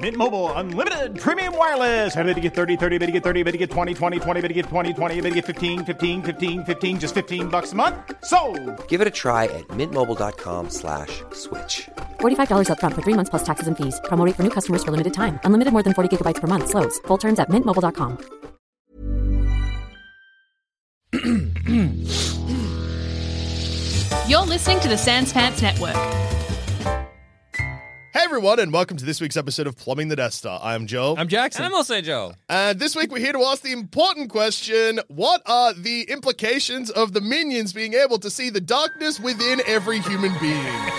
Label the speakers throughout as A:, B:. A: Mint Mobile unlimited premium wireless. Ready to get 30, 30, bit to get 30, bit to get 20, 20, 20, bit to get 20, 20, bit to get 15, 15, 15, 15 just 15 bucks a month. So,
B: Give it a try at mintmobile.com/slash switch.
C: $45 upfront for three months plus taxes and fees. Promo rate for new customers for limited time. Unlimited more than 40 gigabytes per month. Slows. Full terms at mintmobile.com.
D: You're listening to the Sans Pants Network.
E: Hey everyone, and welcome to this week's episode of Plumbing the Death Star. I am Joel.
F: I'm Jackson.
G: I'm also Joel.
E: and this week we're here to ask the important question What are the implications of the minions being able to see the darkness within every human being?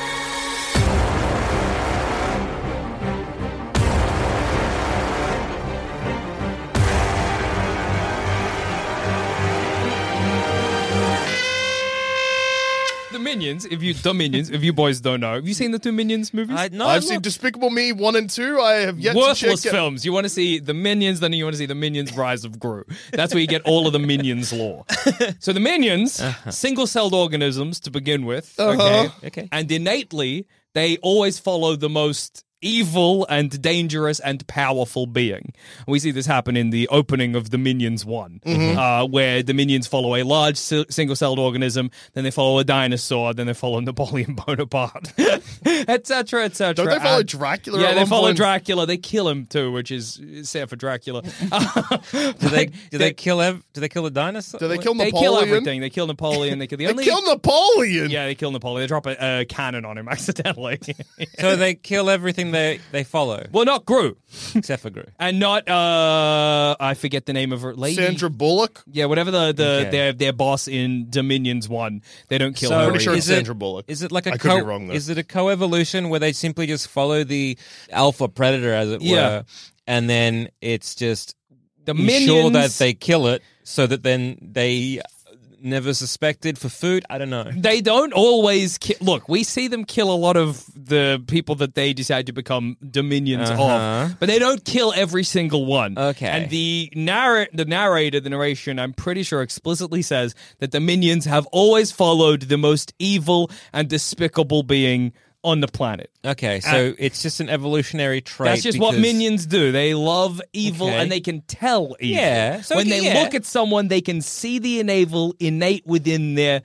F: The Minions, if you the Minions, if you boys don't know, have you seen the two Minions movies?
G: I, no,
E: I've
G: look,
E: seen Despicable Me 1 and 2. I have yet
F: Worthless
E: to check.
F: films. You want to see the Minions, then you want to see the Minions Rise of Gru. That's where you get all of the Minions lore. So the Minions, single-celled organisms to begin with, Uh-huh. okay,
G: Okay.
F: and innately they always follow the most evil and dangerous and powerful being. We see this happen in the opening of the Minions One,
E: Mm-hmm.
F: uh, where the Minions follow a large si- single-celled organism, then they follow a dinosaur, then they follow Napoleon Bonaparte, etc., etc.
E: Don't they follow
F: And-
E: Dracula
F: Yeah,
E: at
F: they
E: one
F: follow
E: point?
F: Dracula. They kill him too, which is sad for Dracula.
G: do they do they kill ev- do they kill a dinosaur?
E: Do they kill
F: They
E: Napoleon?
F: kill everything. They kill Napoleon. They kill the
E: They
F: only.
E: kill Napoleon!
F: yeah, they kill Napoleon. They drop a, a cannon on him accidentally.
G: So they kill everything they they follow
F: well, not Gru.
G: except for Gru.
F: and not uh I forget the name of her lady.
E: Sandra Bullock?
F: Yeah, whatever the, the
G: Okay.
F: their their boss in Dominions one, they don't kill
G: So-
F: her.
G: I'm
E: pretty sure
F: either.
E: it's
G: Is it-
E: Sandra Bullock.
G: Is it like a
E: I could
G: co-
E: be wrong, though.
G: Is it a coevolution where they simply just follow the alpha predator, as it
F: Yeah.
G: were, and then it's just
F: the
G: ensure that
F: minions
G: they kill it, so that then they never suspected for food. I don't know.
F: they don't always ki- look. We see them kill a lot of the people that they decide to become dominions
G: Uh-huh.
F: of, but they don't kill every single one.
G: Okay.
F: And the narr- the narrator, the narration, I'm pretty sure explicitly says that the minions have always followed the most evil and despicable being on the planet.
G: Okay, so it's just an evolutionary trait.
F: Uh, That's just what
G: because-
F: minions do. They love evil
G: Okay.
F: and they can tell evil.
G: Yeah, so
F: when
G: okay,
F: they
G: yeah.
F: look at someone, they can see the enable innate within their.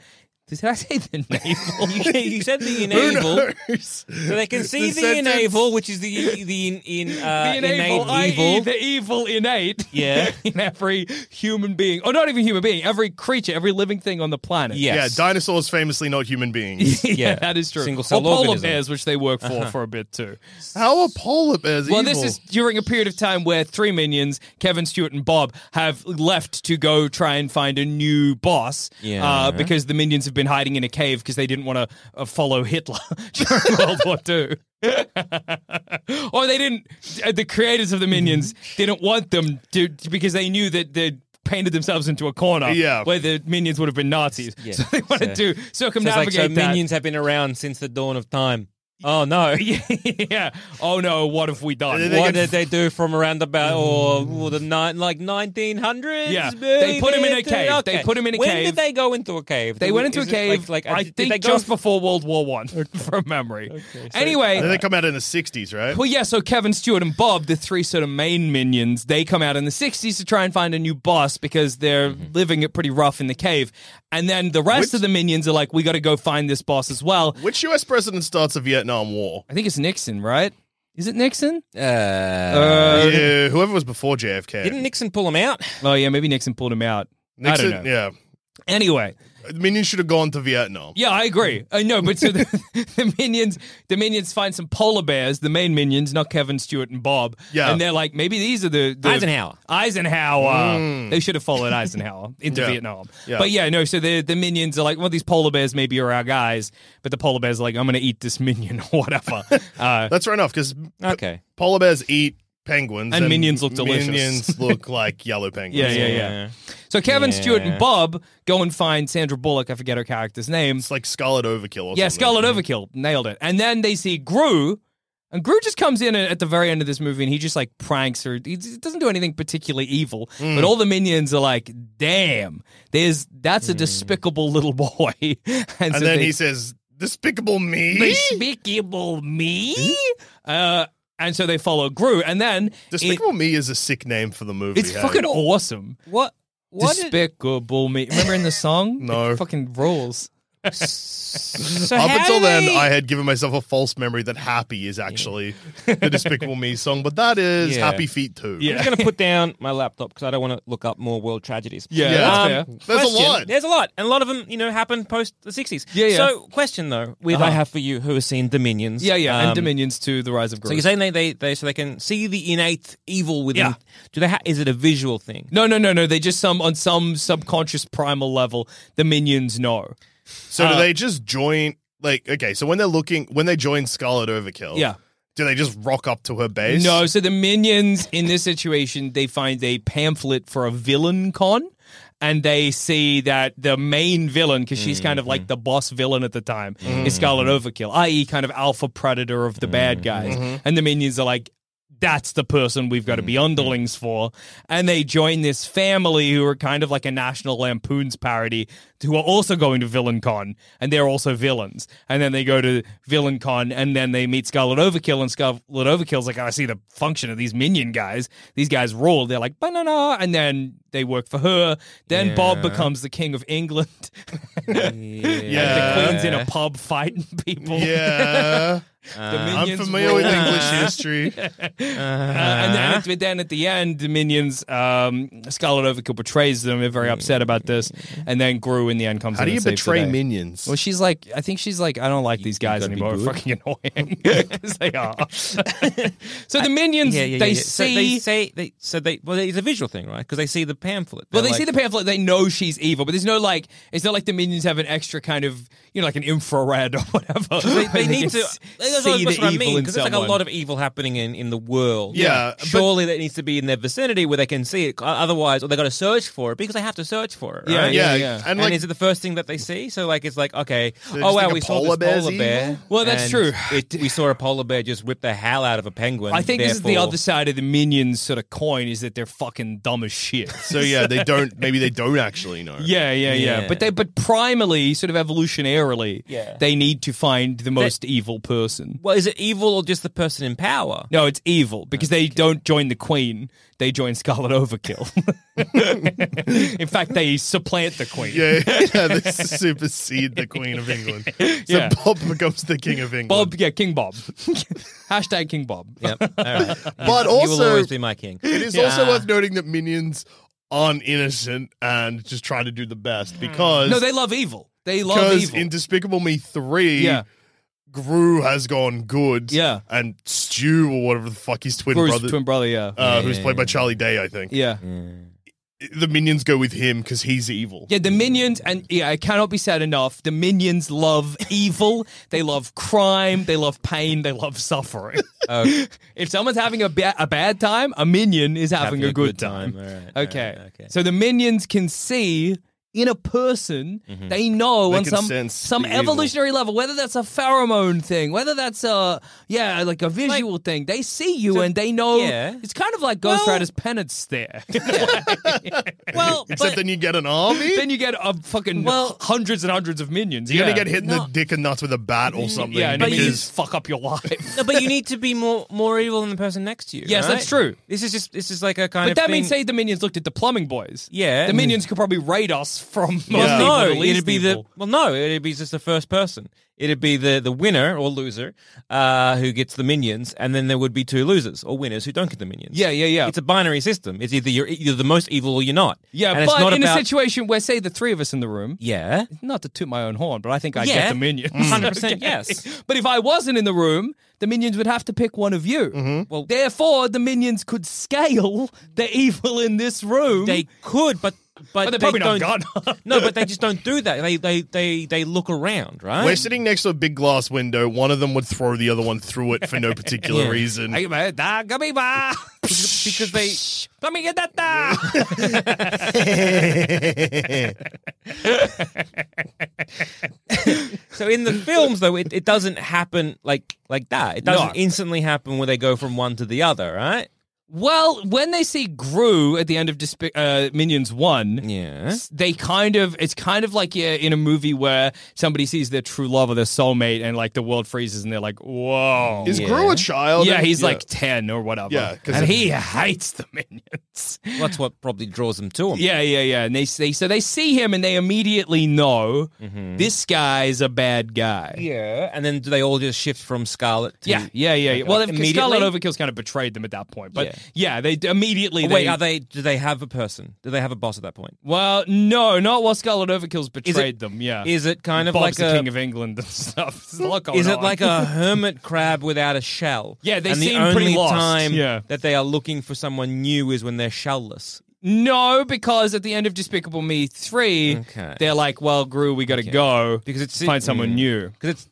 F: Did I say the
G: You,
F: navel?
G: you said the enable. So they can see the,
E: sentence-
G: enable, which is the the in, in uh,
F: e, the
G: innate
F: enable, i.e.
G: evil.
F: E, the evil innate
G: Yeah.
F: in every human being, or not even human being, every creature, every living thing on the planet.
G: Yes.
E: Yeah, dinosaurs famously not human beings.
F: yeah,
G: Yeah.
F: that is true.
G: Single
F: or
G: cell
F: polar
G: organism. Uh-huh.
F: bears, which they work for for a bit too.
E: How are polar bears
F: Well,
E: evil?
F: this is during a period of time where three minions, Kevin, Stewart, and Bob, have left to go try and find a new boss.
G: Yeah.
F: Uh, because the minions have been hiding in a cave because they didn't want to uh, follow Hitler during World War II. or they didn't, uh, the creators of the minions didn't want them to, because they knew that they painted themselves into a corner
E: Yeah.
F: where the minions would have been Nazis.
G: Yeah.
F: So they wanted
G: So-
F: to
G: So it's like
F: circumnavigate
G: so
F: that.
G: minions have been around since the dawn of time. Oh no.
F: yeah. Oh no, what have we done?
E: They
G: What
E: can-
G: did they do from around about or, or the nine like nineteen hundreds?
F: Mm. Yeah. They put him in a cave. They put him in a
G: when
F: cave.
G: did they go into a cave?
F: They
G: Did-
F: went into a
G: is it
F: cave, like, I
G: did
F: think,
G: they go
F: just before World War One, from memory. anyway,
E: And then they come out in the 60s, right?
F: well, yeah. So Kevin Stewart and Bob, the three sort of main minions, they come out in the '60s to try and find a new boss because they're living it pretty rough in the cave. And then the rest
E: Which-
F: of the minions are like, "We got to go find this boss as well."
E: Which US president starts a Vietnam War?
F: I think it's Nixon, right? Is it Nixon?
G: Uh,
E: yeah, whoever was before JFK.
G: didn't Nixon pull him out?
F: Oh yeah, maybe Nixon pulled him out. I
E: Nixon,
F: don't know.
E: yeah.
F: Anyway,
E: The minions should have gone to Vietnam.
F: Yeah, I
E: Mm.
F: agree. I know, but so the, the minions, the minions find some polar bears, the main minions, not Kevin, Stewart, and Bob.
E: Yeah.
F: and they're like, maybe these are the, the-
G: Eisenhower.
F: Eisenhower. They should have followed Eisenhower into
E: Mm. Yeah.
F: Vietnam.
E: Yeah.
F: But yeah, no. So the the minions are like, well, these polar bears maybe are our guys, but the polar bears are like, I'm going to eat this minion or whatever. Uh,
E: That's right enough because
G: Okay.
E: polar bears eat penguins
F: And minions look delicious.
E: Minions look like yellow penguins.
F: yeah, yeah, yeah, So Kevin, Stewart, and Bob go and find Sandra Bullock. I forget her character's name.
E: It's like Scarlet Overkill. Or
F: Yeah,
E: something.
F: Scarlet Overkill nailed it. And then they see Gru, and Gru just comes in at the very end of this movie, and he just like pranks her. He d- doesn't do anything particularly evil,
E: Mm.
F: but all the minions are like, "Damn, there's that's a despicable little boy." and,
E: Mm. And then he says, "Despicable me." Hmm?
F: "Despicable me." Uh, and so they follow Gru, and then it-
E: Despicable Me is a sick name for the movie.
F: it's
E: hey?
F: fucking awesome.
G: What? What? did-
F: despicable me. Remember in the song?
E: No.
F: It fucking rules.
G: so
E: Up
G: how
E: until
G: do
E: then,
G: they-
E: I had given myself a false memory that Happy is actually the Despicable Me song, but that is
G: Yeah.
E: Happy Feet too.
G: I'm just going to put down my laptop because I don't want to look up more world tragedies.
F: Yeah,
E: Yeah.
F: that's fair.
E: Um, There's a lot.
G: There's a lot, and a lot of them, you know, happened post the 60s.
F: Yeah, yeah.
G: So, question though, with
F: Uh-huh.
G: I have for you, who has seen Dominions?
F: Yeah, yeah,
G: um,
F: and Dominions to the Rise of Gru.
G: So you're saying they, they, they so they can see the innate evil within?
F: Yeah.
G: Do they? Ha- is it a visual thing?
F: No, no, no, no. They just some on some subconscious primal level, the minions know.
E: So
F: Uh,
E: do they just join? Like, okay, so when they're looking, when they join Scarlet Overkill,
F: Yeah.
E: do they just rock up to her base?
F: No, so the minions in this situation, they find a pamphlet for a villain con. And they see that the main villain, because she's kind of like the boss villain at the time, is Scarlet Overkill, i.e., kind of alpha predator of the bad guys. And the minions are like, that's the person we've got to be underlings for. And they join this family who are kind of like a National Lampoon's parody, who are also going to Villain Con, and they're also villains. And then they go to Villain Con, and then they meet Scarlet Overkill, and Scarlet Overkill's like, I see the function of these minion guys. These guys rule. They're like, banana. And then they work for her. Then Bob becomes the king of England.
E: Uh, Yeah.
F: And the queen's in a pub fighting people.
E: Yeah.
F: The
E: I'm
F: minions
E: familiar with
F: rule.
E: English history.
F: Uh, and then, at- but then at the end, the minions, um, Scarlet Overkill betrays them. They're very upset about this. And then Gru in the end comes
E: How
F: in
E: do you
F: and saves the
E: betray
F: day.
E: minions?
F: Well, she's like, I think she's like, I don't like these guys
G: gotta be
F: anymore. They're
G: good.
F: fucking annoying. Because they are. so the minions,
G: Yeah, yeah,
F: they
G: yeah, yeah. So
F: see.
G: they say they so they well it's a visual thing, right? Because they see the pamphlet.
F: well, they
G: They're
F: see the
G: like-
F: pamphlet. They know she's evil, but there's no like. It's not like the minions have an extra kind of, you know, like an infrared or whatever.
G: They, they
F: can
G: need to.
F: s-
G: That's
F: see
G: what, that's
F: the
G: what I
F: evil
G: mean.
F: in
G: Because there's like
F: someone.
G: a lot of evil happening in, in the world.
E: Yeah, but-
G: Surely that needs to be in their vicinity where they can see it. o- Otherwise, or they got to search for it because they have to search for it. Right?
F: Yeah,
E: Uh, yeah,
F: yeah.
E: and
G: And,
E: like
G: is it the first thing that they see? So like it's like okay,
E: they
G: oh
E: just
G: wow,
E: think a
G: we saw
E: polar
G: this
E: bear's
G: polar bear.
E: evil?
F: Well, that's
G: and
F: true.
G: It, we saw a polar bear just whip the hell out of a penguin.
F: I think this is the
G: therefore-
F: other side of the minions sort of coin is that they're fucking dumb as shit.
E: so yeah, they don't. Maybe they don't actually know.
F: Yeah, yeah, yeah,
G: Yeah.
F: But they, but primarily, sort of evolutionarily,
G: Yeah.
F: they need to find the most evil person.
G: Well, is it evil or just the person in power?
F: No, it's evil because they don't join the queen; they join Scarlet Overkill. In fact, they supplant the queen.
E: Yeah, yeah, they supersede the Queen of England. So
F: Yeah.
E: Bob becomes the King of England.
F: Bob, yeah, King Bob. Hashtag King Bob.
G: Yep. All right.
E: but
G: you will
E: also,
G: always
E: it
G: be my king.
E: is also worth noting that minions aren't innocent and just try to do the best because
F: Mm. No, they love evil. They love
E: because
F: evil.
E: in Despicable Me three,
F: yeah,
E: Gru has gone good.
F: Yeah.
E: and Stu or whatever the fuck his twin
F: Bruce,
E: brother,
F: twin brother. Yeah,
E: uh, who's played by Charlie Day, I think.
F: yeah.
E: The minions go with him because he's evil.
F: Yeah, the minions, and yeah, it cannot be said enough. The minions love evil. They love crime. They love pain. They love suffering. if someone's having a, ba- a bad time, a minion is having, a, good, time.
G: All right,
F: Okay.
G: all right, okay.
F: So the minions can see in a person, they know
E: They
F: on
E: can
F: some
E: sense
F: some
E: the evil.
F: evolutionary level, whether that's a pheromone thing, whether that's a yeah, like a visual thing. They see you and they know.
G: yeah.
F: It's kind of like Ghost
G: Well-
F: Rider's penance stare.
G: Well,
E: Except
G: but,
E: then you get an army.
F: then you get a fucking
G: Well-
F: hundreds and hundreds of minions.
E: You're
F: yeah.
E: gonna get hit in the dick and nuts with a bat or something.
F: Yeah, and it
G: But you-
F: means fuck up your life.
G: no, but you need to be more more evil than the person next to you.
F: Yes,
G: right?
F: that's true.
G: This is just this is like a kind
F: but
G: of.
F: that
G: thing-
F: means, say, the minions looked at the plumbing boys.
G: Yeah.
F: the minions could probably raid us from most
G: Well,
F: people
G: no,
F: to least
G: it'd be
F: people.
G: the well, no, it'd be just the first person. It'd be the the winner or loser uh, who gets the minions, and then there would be two losers or winners who don't get the minions.
F: Yeah, yeah, yeah.
G: It's a binary system. It's either you're you're the most evil or you're not.
F: yeah,
G: and
F: but
G: it's not
F: in
G: about,
F: a situation where, say, the three of us in the room,
G: yeah,
F: not to toot my own horn, but I think I
G: Yeah. Mm.
F: get the minions.
G: 100% yes.
F: But if I wasn't in the room, the minions would have to pick one of you. Well, therefore, the minions could scale the evil in this room.
G: they could, but but,
F: But they're
G: they
F: probably not
G: don't.
F: gonna.
G: no, but they just don't do that. They they they they look around, right?
E: We're sitting next to a big glass window. One of them would throw the other one through it for no particular
G: Yeah.
E: reason.
F: Hey, man, da, gummy bar.
G: because they
F: Let me get that. da.
G: so in the films though it, it doesn't happen like like that. It doesn't
F: No.
G: instantly happen where they go from one to the other, right?
F: well, when they see Gru at the end of Despi- uh, Minions 1,
G: Yeah.
F: they kind of it's kind of like yeah, in a movie where somebody sees their true love or their soulmate and like the world freezes and they're like whoa
E: Is Gru a child?
F: yeah
E: And-
F: he's like 10 or whatever
E: Yeah, 'cause
F: and
E: it-
F: he hates the minions
G: Well, that's what probably draws them to him.
F: yeah yeah yeah and they say so they see him and they immediately know this guy's a bad guy
G: Yeah. And then do they all just shift from Scarlet to
F: yeah, yeah, yeah. yeah.
G: Like,
F: well,
G: like,
F: if Scarlet
G: immediately?
F: Overkill's kind of betrayed them at that point, but
G: Yeah.
F: yeah, they immediately.
G: Oh, wait,
F: they,
G: are they do they have a person? Do they have a boss at that point?
F: Well, no, not while Scarlet Overkill's betrayed them. Yeah,
G: Is it kind of
F: Bob's
G: like
F: the
G: a
F: King of England and stuff? There's a lot going
G: Is it
F: on.
G: like a hermit crab without a shell?
F: Yeah, they
G: and the
F: seem
G: only
F: pretty lost.
G: time
F: Yeah.
G: that they are looking for someone new is when they're shellless.
F: No, because at the end of Despicable Me 3,
G: Okay.
F: they're like, well, Gru, we got to go
G: Because it's
F: find someone
G: mm.
F: new.
G: Because it's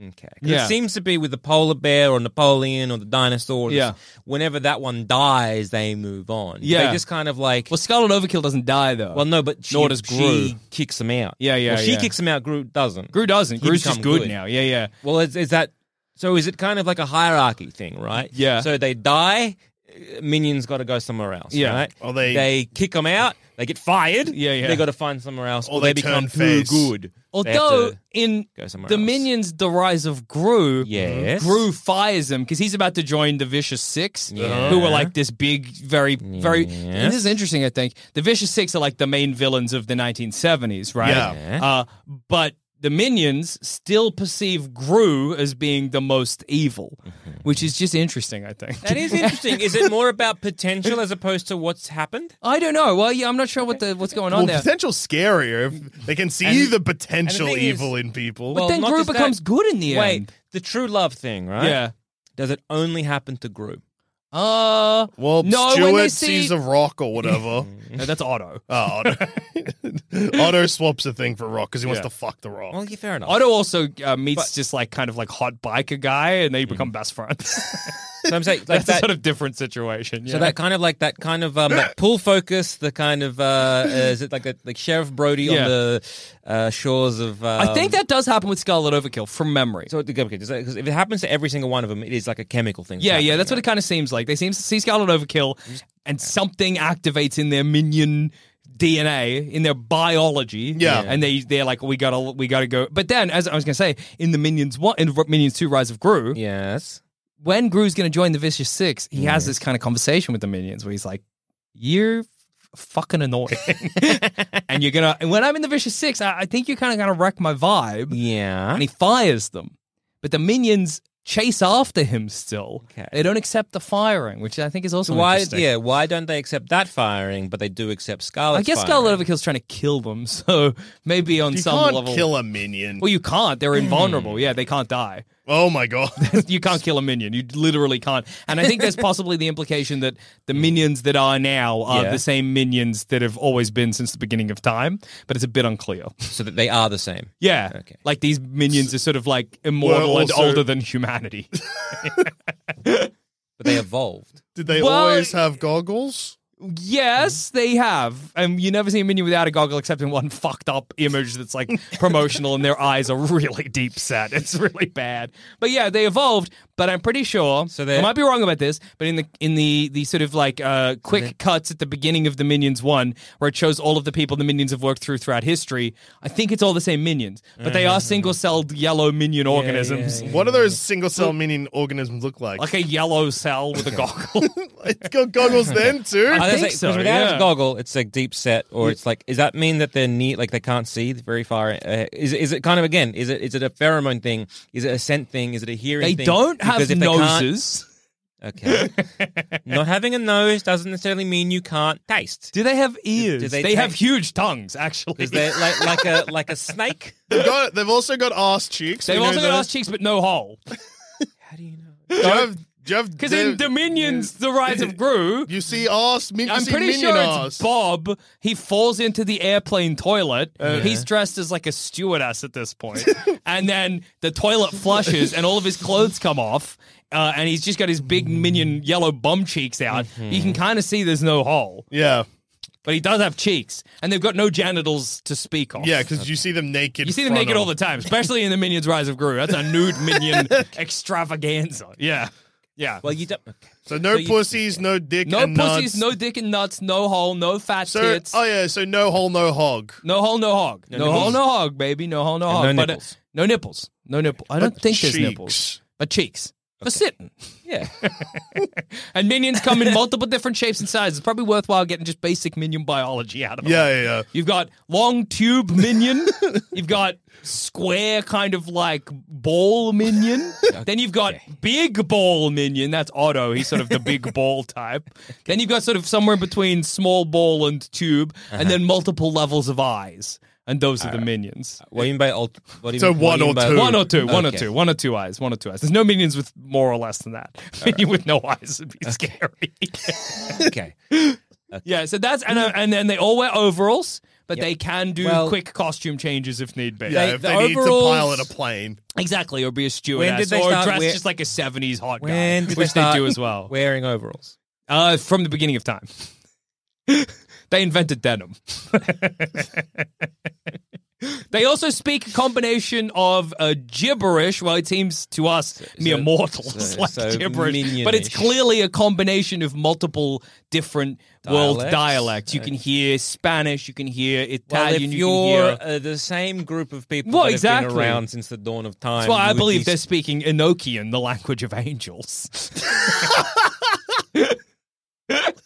G: okay. 'Cause
F: Yeah.
G: It seems to be with the polar bear or Napoleon or the dinosaurs.
F: Yeah.
G: Whenever that one dies, they move on.
F: Yeah.
G: They just kind of like
F: Well, Scarlet Overkill doesn't die, though.
G: Well, no, but she,
F: Nor does
G: she
F: Gru.
G: kicks him out.
F: Yeah, yeah,
G: Well, she
F: yeah.
G: kicks him out. Gru doesn't.
F: Gru doesn't.
G: He
F: Gru's just
G: become
F: good,
G: good.
F: now. Yeah, yeah.
G: Well, is, is that so? Is it kind of like a hierarchy thing, right?
F: Yeah.
G: So they die. uh, Minions got to go somewhere else.
F: Yeah.
G: Right?
E: Or they-
G: they kick them out. They get fired.
F: Yeah, yeah.
G: They got to find somewhere else,
E: Or
G: or, they,
E: they
G: become
E: turn
G: too
E: face.
G: good. They have
F: Although,
G: to-
F: in
G: go somewhere
F: The
G: else.
F: Minions, The Rise of Gru,
G: Yes.
F: Gru fires him because he's about to join the Vicious Six,
G: Yeah.
F: who are like this big, very, very.
G: Yeah.
F: And this is interesting, I think. The Vicious Six are like the main villains of the 1970s, right?
E: Yeah.
F: Uh, but the minions still perceive Gru as being the most evil,
G: Mm-hmm.
F: which is just interesting, I think.
G: that is interesting. is it more about potential as opposed to what's happened?
F: I don't know. Well, yeah, I'm not sure what the what's going on
E: Well,
F: there.
E: potential's scarier. If they can see
G: And-
E: the potential
G: and the thing
E: evil
G: is-
E: in people.
F: But
G: Well,
F: then
G: not
F: Gru
G: just that.
F: becomes good in the
G: Wait,
F: end.
G: the true love thing, right?
F: Yeah.
G: Does it only happen to Gru?
F: Uh,
E: well,
F: no, when they
E: Stuart
F: see-
E: sees a rock or whatever.
F: no, that's Otto.
E: oh, Otto. Otto swaps a thing for rock because he wants
F: Yeah.
E: to fuck the rock.
G: Well, yeah, fair enough.
F: Otto also uh, meets
G: But-
F: just like kind of like hot biker guy, and they become best friends.
G: so I'm saying like
F: that's
G: that,
F: a sort of different situation.
G: So that kind of like that kind of um, that pull focus, the kind of uh, uh, is it like that like Sheriff Brody
F: Yeah.
G: on the uh, shores of. Um,
F: I think that does happen with Scarlet Overkill from memory.
G: So okay, because if it happens to every single one of them, it is like a chemical thing.
F: Yeah, yeah, that's what
G: happening,
F: it kind of seems like. They seem to see Scarlet Overkill, and something activates in their minion DNA, in their biology.
E: Yeah.
F: and they they're like, we gotta we gotta go. But then, as I was gonna say, in the minions one, in Minions Two: Rise of Gru,
G: right? Yes.
F: when Gru's gonna join the Vicious Six, he has this kind of conversation with the minions where he's like, "You're f- fucking annoying, and you're gonna. And when I'm in the Vicious Six, I, I think you're kind of gonna wreck my vibe."
G: Yeah.
F: and he fires them. But the minions chase after him still.
G: Okay.
F: They don't accept the firing, which I think is also
G: So why?
F: interesting.
G: Yeah. Why don't they accept that firing, but they do accept Scarlet?
F: I guess Scarlet Overkill's trying to kill them, so maybe on
E: you
F: some
E: can't
F: level.
E: kill a minion.
F: well, you can't. They're invulnerable. Yeah, they can't die.
E: oh my god.
F: you can't kill a minion. You literally can't. And I think there's possibly the implication that the minions that are now are
G: Yeah.
F: the same minions that have always been since the beginning of time, but it's a bit unclear.
G: So that they are the same.
F: Yeah.
G: Okay.
F: Like these minions are sort of like immortal and
E: also-
F: older than humanity.
G: But they evolved.
E: Did they
F: Well-
E: always have goggles?
F: Yes, they have. Um, you never see a minion without a goggle except in one fucked up image that's like promotional and their eyes are really deep set. It's really bad. But yeah, they evolved, but I'm pretty sure
G: So
F: so
G: they're-
F: I might be wrong about this, but in the in the the sort of like uh quick cuts at the beginning of the Minions 1 where it shows all of the people the minions have worked through throughout history, I think it's all the same minions, but they are
G: Mm-hmm.
F: single-celled yellow minion organisms.
E: What do those single cell minion organisms look like?
F: Like a yellow cell with a goggle.
E: It's got goggles then too.
G: I
F: think so,
G: without
F: yeah.
G: a goggle, it's like deep set, or it's like, is that mean that they're near, like they can't see very far? Uh, is is it kind of again? Is it is it a pheromone thing? Is it a scent thing? Is it a hearing?
F: They
G: thing?
F: don't have
G: Because if they can't-
F: noses.
G: Okay, not having a nose doesn't necessarily mean you can't taste.
F: Do they have ears?
G: they
F: they have
G: taste-
F: huge tongues, actually.
G: Is there like like a like a snake?
E: They've, got, they've also got ass cheeks.
F: They've
E: We know
F: also got
E: that.
F: ass cheeks, but no hole.
G: How do you know?
E: Do you have- do you have-
F: Because
E: do-
F: in Dominions, The Rise of Gru,
E: you see ass. Min, you
F: I'm
E: see
F: pretty
E: minion
F: sure
E: ass.
F: it's Bob. He falls into the airplane toilet. He's dressed as like a stewardess at this point. and then the toilet flushes and all of his clothes come off. Uh, and he's just got his big minion yellow bum cheeks out. You can kind of see there's no hole,
E: yeah,
F: but he does have cheeks. And they've got no genitals to speak of.
E: yeah, because you see them naked.
F: You see them
E: front
F: naked
E: on.
F: all the time, especially in the Minions Rise of Gru. That's a nude minion extravaganza. Yeah. Yeah.
G: Well, you don't. Okay.
E: So no
G: So you-
E: pussies, no dick,
F: no
E: and
F: pussies,
E: nuts.
F: no dick and nuts, no hole, no fat
E: So
F: tits.
E: oh yeah, so no hole, no hog.
F: No hole, no hog. No, hole,
G: nipples.
F: no hog, baby. No hole, no hog.
G: And no
F: uh,
G: nipples.
F: no nipples. No nipple. I don't think there's
E: cheeks.
F: nipples, but cheeks. For sitting.
G: Yeah.
F: And minions come in multiple different shapes and sizes. It's probably worthwhile getting just basic minion biology out of it.
E: Yeah, yeah, yeah.
F: You've got long tube minion. you've got square kind of like ball minion. Then you've got big ball minion. That's Otto. He's sort of the big ball type. Then you've got sort of somewhere between small ball and tube,
G: Uh-huh.
F: and then multiple levels of eyes. And those are the minions.
G: What do you mean by alt? What do you
E: So
G: mean, Uh, what
E: one
G: do you
E: or
G: mean by-
E: two.
F: One or two, one
G: Okay.
F: or two, one or two eyes, one or two eyes. There's no minions with more or less than that. Minion with no eyes would be scary.
G: Okay.
F: Yeah, so that's and uh, and then they all wear overalls, but they can do
G: Hmm. Well-
F: quick costume changes if need be.
E: Yeah,
G: They-
E: if
G: the
E: they need to
G: overalls-
E: pilot a plane.
F: exactly, or be a stewardess,
G: When did they
F: or
G: start
F: dress
G: wear-
F: just like a '70s hot
G: When
F: guy,
G: did
F: which
G: they,
F: they,
G: start
F: do as well.
G: Wearing overalls.
F: Uh, from the beginning of time, they invented denim. They also speak a combination of uh, gibberish. Well, it seems to us mere mortals
G: so-
F: like
G: so
F: gibberish, but it's
G: minionish.
F: clearly a combination of multiple different world
G: Dialects?
F: dialects. You can hear Spanish, you can hear
G: Well,
F: Italian,
G: if
F: you
G: you're
F: can hear.
G: uh, the same group of people
F: Well,
G: that have
F: exactly.
G: been around since the dawn of time,
F: That's why
G: you
F: I
G: would
F: believe
G: be-
F: they're speaking Enochian, the language of angels.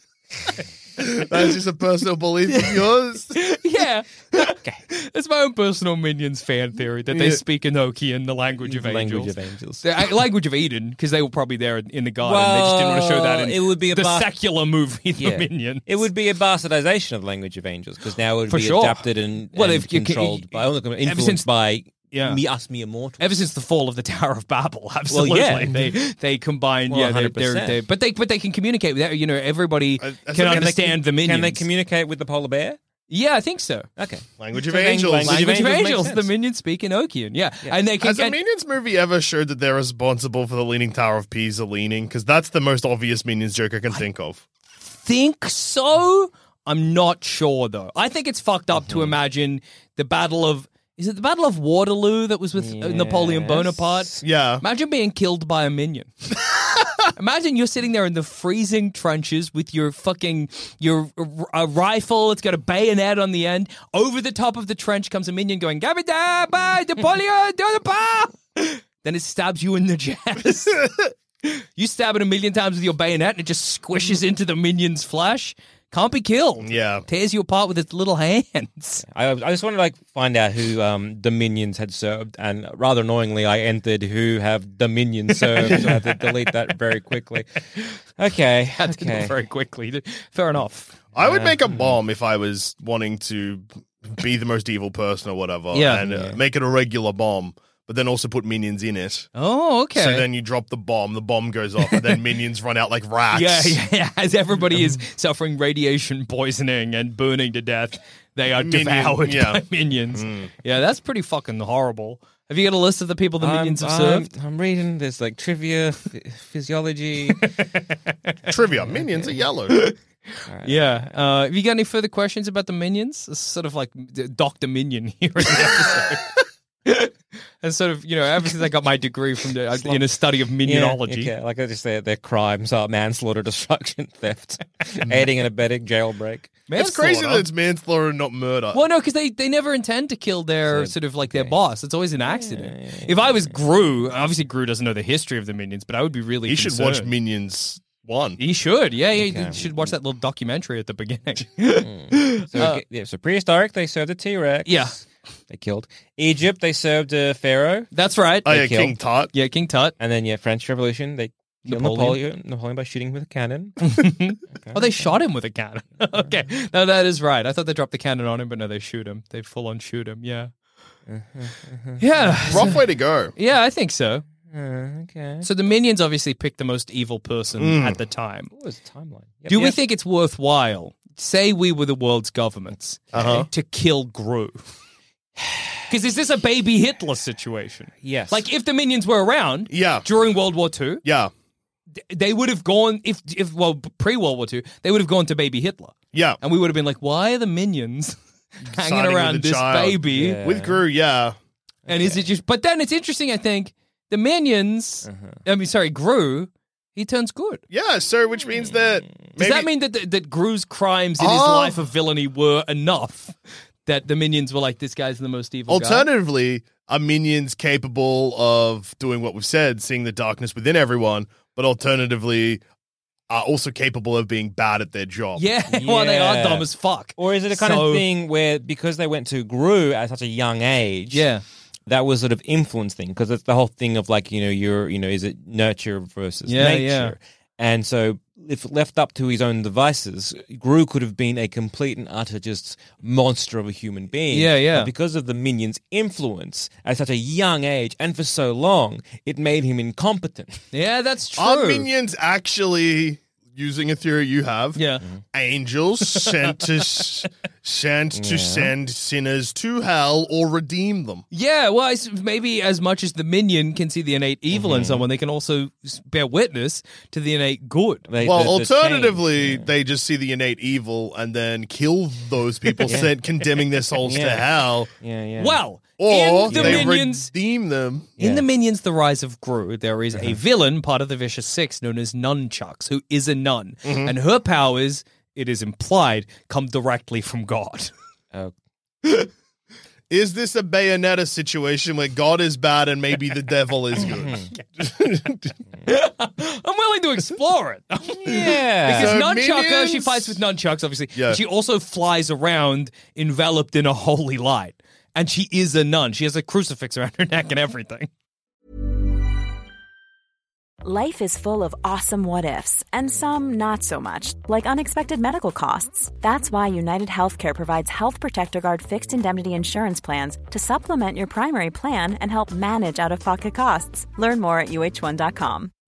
E: That's just a personal belief of yours.
F: yeah, it's my own personal minions fan theory that they
E: Yeah.
F: speak Enochian, the language of
G: the language
F: angels.
G: of angels.
F: The uh, language of Eden, because they were probably there in the garden. they just didn't want to show that. In
G: Well, it would be a
F: the
G: bar-
F: secular movie, The
G: Yeah.
F: Minions.
G: It would be a bastardization of the language of angels because now it would
F: For
G: be
F: sure.
G: adapted and,
F: Well,
G: and
F: if you can-
G: controlled by, oh, look, influenced
F: since-
G: by
F: Yeah.
G: me, us mere mortals.
F: ever since the fall of the Tower of Babel. Absolutely,
G: yeah.
F: they they combine.
G: Well,
F: yeah, they're, they're,
G: 100%.
F: they're- but they but they can communicate with that. You know, everybody
E: I- I think-
F: can
E: Can they
F: understand the minions.
G: Can they communicate with the polar bear?
F: Yeah, I think so.
G: Okay.
E: Language of
G: So then
E: angels.
G: language
F: Language of
G: Angels makes
F: angels, the
G: sense.
F: minions speak Enochian. Yeah, and they can.
E: Has the
F: and-
E: Minions movie ever showed that they're responsible for the Leaning Tower of Pisa leaning? Because that's the most obvious Minions joke I can think of.
F: think so. I'm not sure though. I think it's fucked up
E: Mm-hmm.
F: to imagine the Battle of is it the Battle of Waterloo that was with uh, Napoleon Bonaparte?
E: Yeah.
F: Imagine being killed by a minion. Imagine you're sitting there in the freezing trenches with your fucking your a rifle. It's got a bayonet on the end. Over the top of the trench comes a minion going "Gabida by Napoleon Bonaparte." Then it stabs you in the chest. you stab it a million times with your bayonet, and it just squishes into the minion's flesh. Can't be killed.
E: Yeah.
F: tears you apart with its little hands.
G: I, I just want to like find out who um, Dominions had served, and rather annoyingly, I entered who have Dominion served. so I had to delete that very quickly. Okay,
F: I did that
G: okay.
F: very quickly. Fair enough.
E: I would make a
F: Mm.
E: bomb if I was wanting to be the most evil person or whatever.
F: Yeah.
E: And uh, make it a regular bomb, but then also put Minions in it.
F: Oh, okay.
E: So then you drop the bomb, the bomb goes off, and then Minions run out like rats.
F: Yeah, yeah, yeah. As everybody
E: Um,
F: is suffering radiation poisoning and burning to death, they are
E: Minion,
F: devoured
E: yeah. Hmm.
F: by minions. Yeah, that's pretty fucking horrible. Have you got a list of the people the minions
G: I'm,
F: have
G: I'm-
F: served?
G: I'm reading. There's like trivia, ph- physiology.
E: Trivia Minions are yellow.
F: Yeah. Uh, have you got any further questions about the minions? It's sort of like Doctor Minion here in the episode. and sort of, you know, ever since I got my degree from the in a study of minionology.
G: Yeah, okay. Like I just said, their crimes are manslaughter, destruction, theft, aiding and abetting, jailbreak.
E: It's crazy
F: Manslaughter.
E: that it's manslaughter and not murder.
F: Well, no, because they, they never intend to kill their sort of like their boss. It's always an accident. if I was Gru, obviously Gru doesn't know the history of the minions, but I would be really.
E: You should watch
F: concerned.
E: Minions one.
F: He should. Yeah, yeah.
G: Okay.
F: You should watch that little documentary at the beginning.
G: So, yeah, so prehistoric, they served a T Rex.
F: Uh, Yeah.
G: They killed. Egypt, they served a pharaoh.
F: That's right.
E: Oh yeah,
G: killed.
E: King Tut.
F: yeah, King Tut.
G: And then, yeah, French Revolution, they killed
F: Napoleon.
G: Napoleon, Napoleon, by shooting with a cannon.
F: Oh, they shot him with a cannon.
E: Uh-huh.
F: okay. No, that is right. I thought they dropped the cannon on him, but no, they shoot him. They full on shoot him. Yeah.
E: Uh-huh,
F: yeah.
E: Rough way to go.
F: Yeah, I think so.
G: Uh, okay.
F: So the minions obviously picked the most evil person
E: Hmm.
F: at the time.
G: What was the timeline? Yep,
F: Do we
G: yes.
F: think it's worthwhile? Say we were the world's governments
E: Uh-huh.
F: to kill Gru. Because is this a baby Hitler situation?
G: Yes.
F: Like if the minions were around
E: Yeah.
F: during World War II,
E: Yeah.
F: they would have gone if if well pre World War II, they would have gone to baby Hitler,
E: Yeah.
F: and we would have been like, why are the minions hanging
E: Siding with
F: around
E: the
F: this
E: child.
F: baby?
G: Yeah.
E: With Gru, yeah.
F: And is it just? But then it's interesting. I think the minions.
E: Uh-huh.
F: I mean, sorry, Gru. He turns good.
E: Yeah, so which means that
F: Does
E: maybe-
F: that mean that that, that Gru's crimes in his
E: Oh.
F: life of villainy were enough that the minions were like, this guy's the most evil? guy?
E: Alternatively, are minions capable of doing what we've said, seeing the darkness within everyone, but alternatively are also capable of being bad at their job?
F: Yeah, well, they are
G: Yeah.
F: dumb as fuck.
G: Or is it a kind
F: So-
G: of thing where because they went to Gru at such a young age,
F: Yeah.
G: that was sort of influence thing because it's the whole thing of like you know you're you know is it nurture versus
F: Yeah,
G: nature,
F: yeah.
G: and so if left up to his own devices, Gru could have been a complete and utter just monster of a human being.
F: Yeah, yeah.
G: But because of the minions' influence at such a young age and for so long, it made him incompetent.
F: Yeah, that's true.
E: Are minions actually using a theory you have?
F: yeah.
E: Mm-hmm. Angels sent to s- sent to send sinners to hell or redeem them.
F: Yeah, well, I s- maybe as much as the minion can see the innate evil
G: Mm-hmm.
F: in someone, they can also s- bear witness to the innate good.
G: They-
E: Well,
G: the- the change,
E: alternatively,
G: yeah.
E: they just see the innate evil and then kill those people
G: Yeah.
E: sent condemning their souls to
G: Yeah.
E: hell.
G: yeah, yeah.
F: Well,
E: Or
F: in the
E: they
F: minions.
E: redeem them.
F: In the
G: Yeah.
F: Minions: The Rise of Gru, there is
E: Mm-hmm.
F: a villain, part of the Vicious Six, known as Nunchucks, who is a nun,
E: Mm-hmm.
F: and her powers, it is implied, come directly from God.
G: Oh,
E: Is this a Bayonetta situation where God is bad and maybe the devil is good?
G: Mm-hmm.
F: I'm willing to explore it
G: yeah.
F: because
E: So
F: Nunchucker, uh, she
E: minions-
F: fights with Nunchucks, obviously.
E: Yeah.
F: but She also flies around enveloped in a holy light, and she is a nun. She has a crucifix around her neck and everything.
H: Life is full of awesome what ifs, and some not so much, like unexpected medical costs. That's why United Healthcare provides Health Protector Guard fixed indemnity insurance plans to supplement your primary plan and help manage out of pocket costs. Learn more at uh1.com.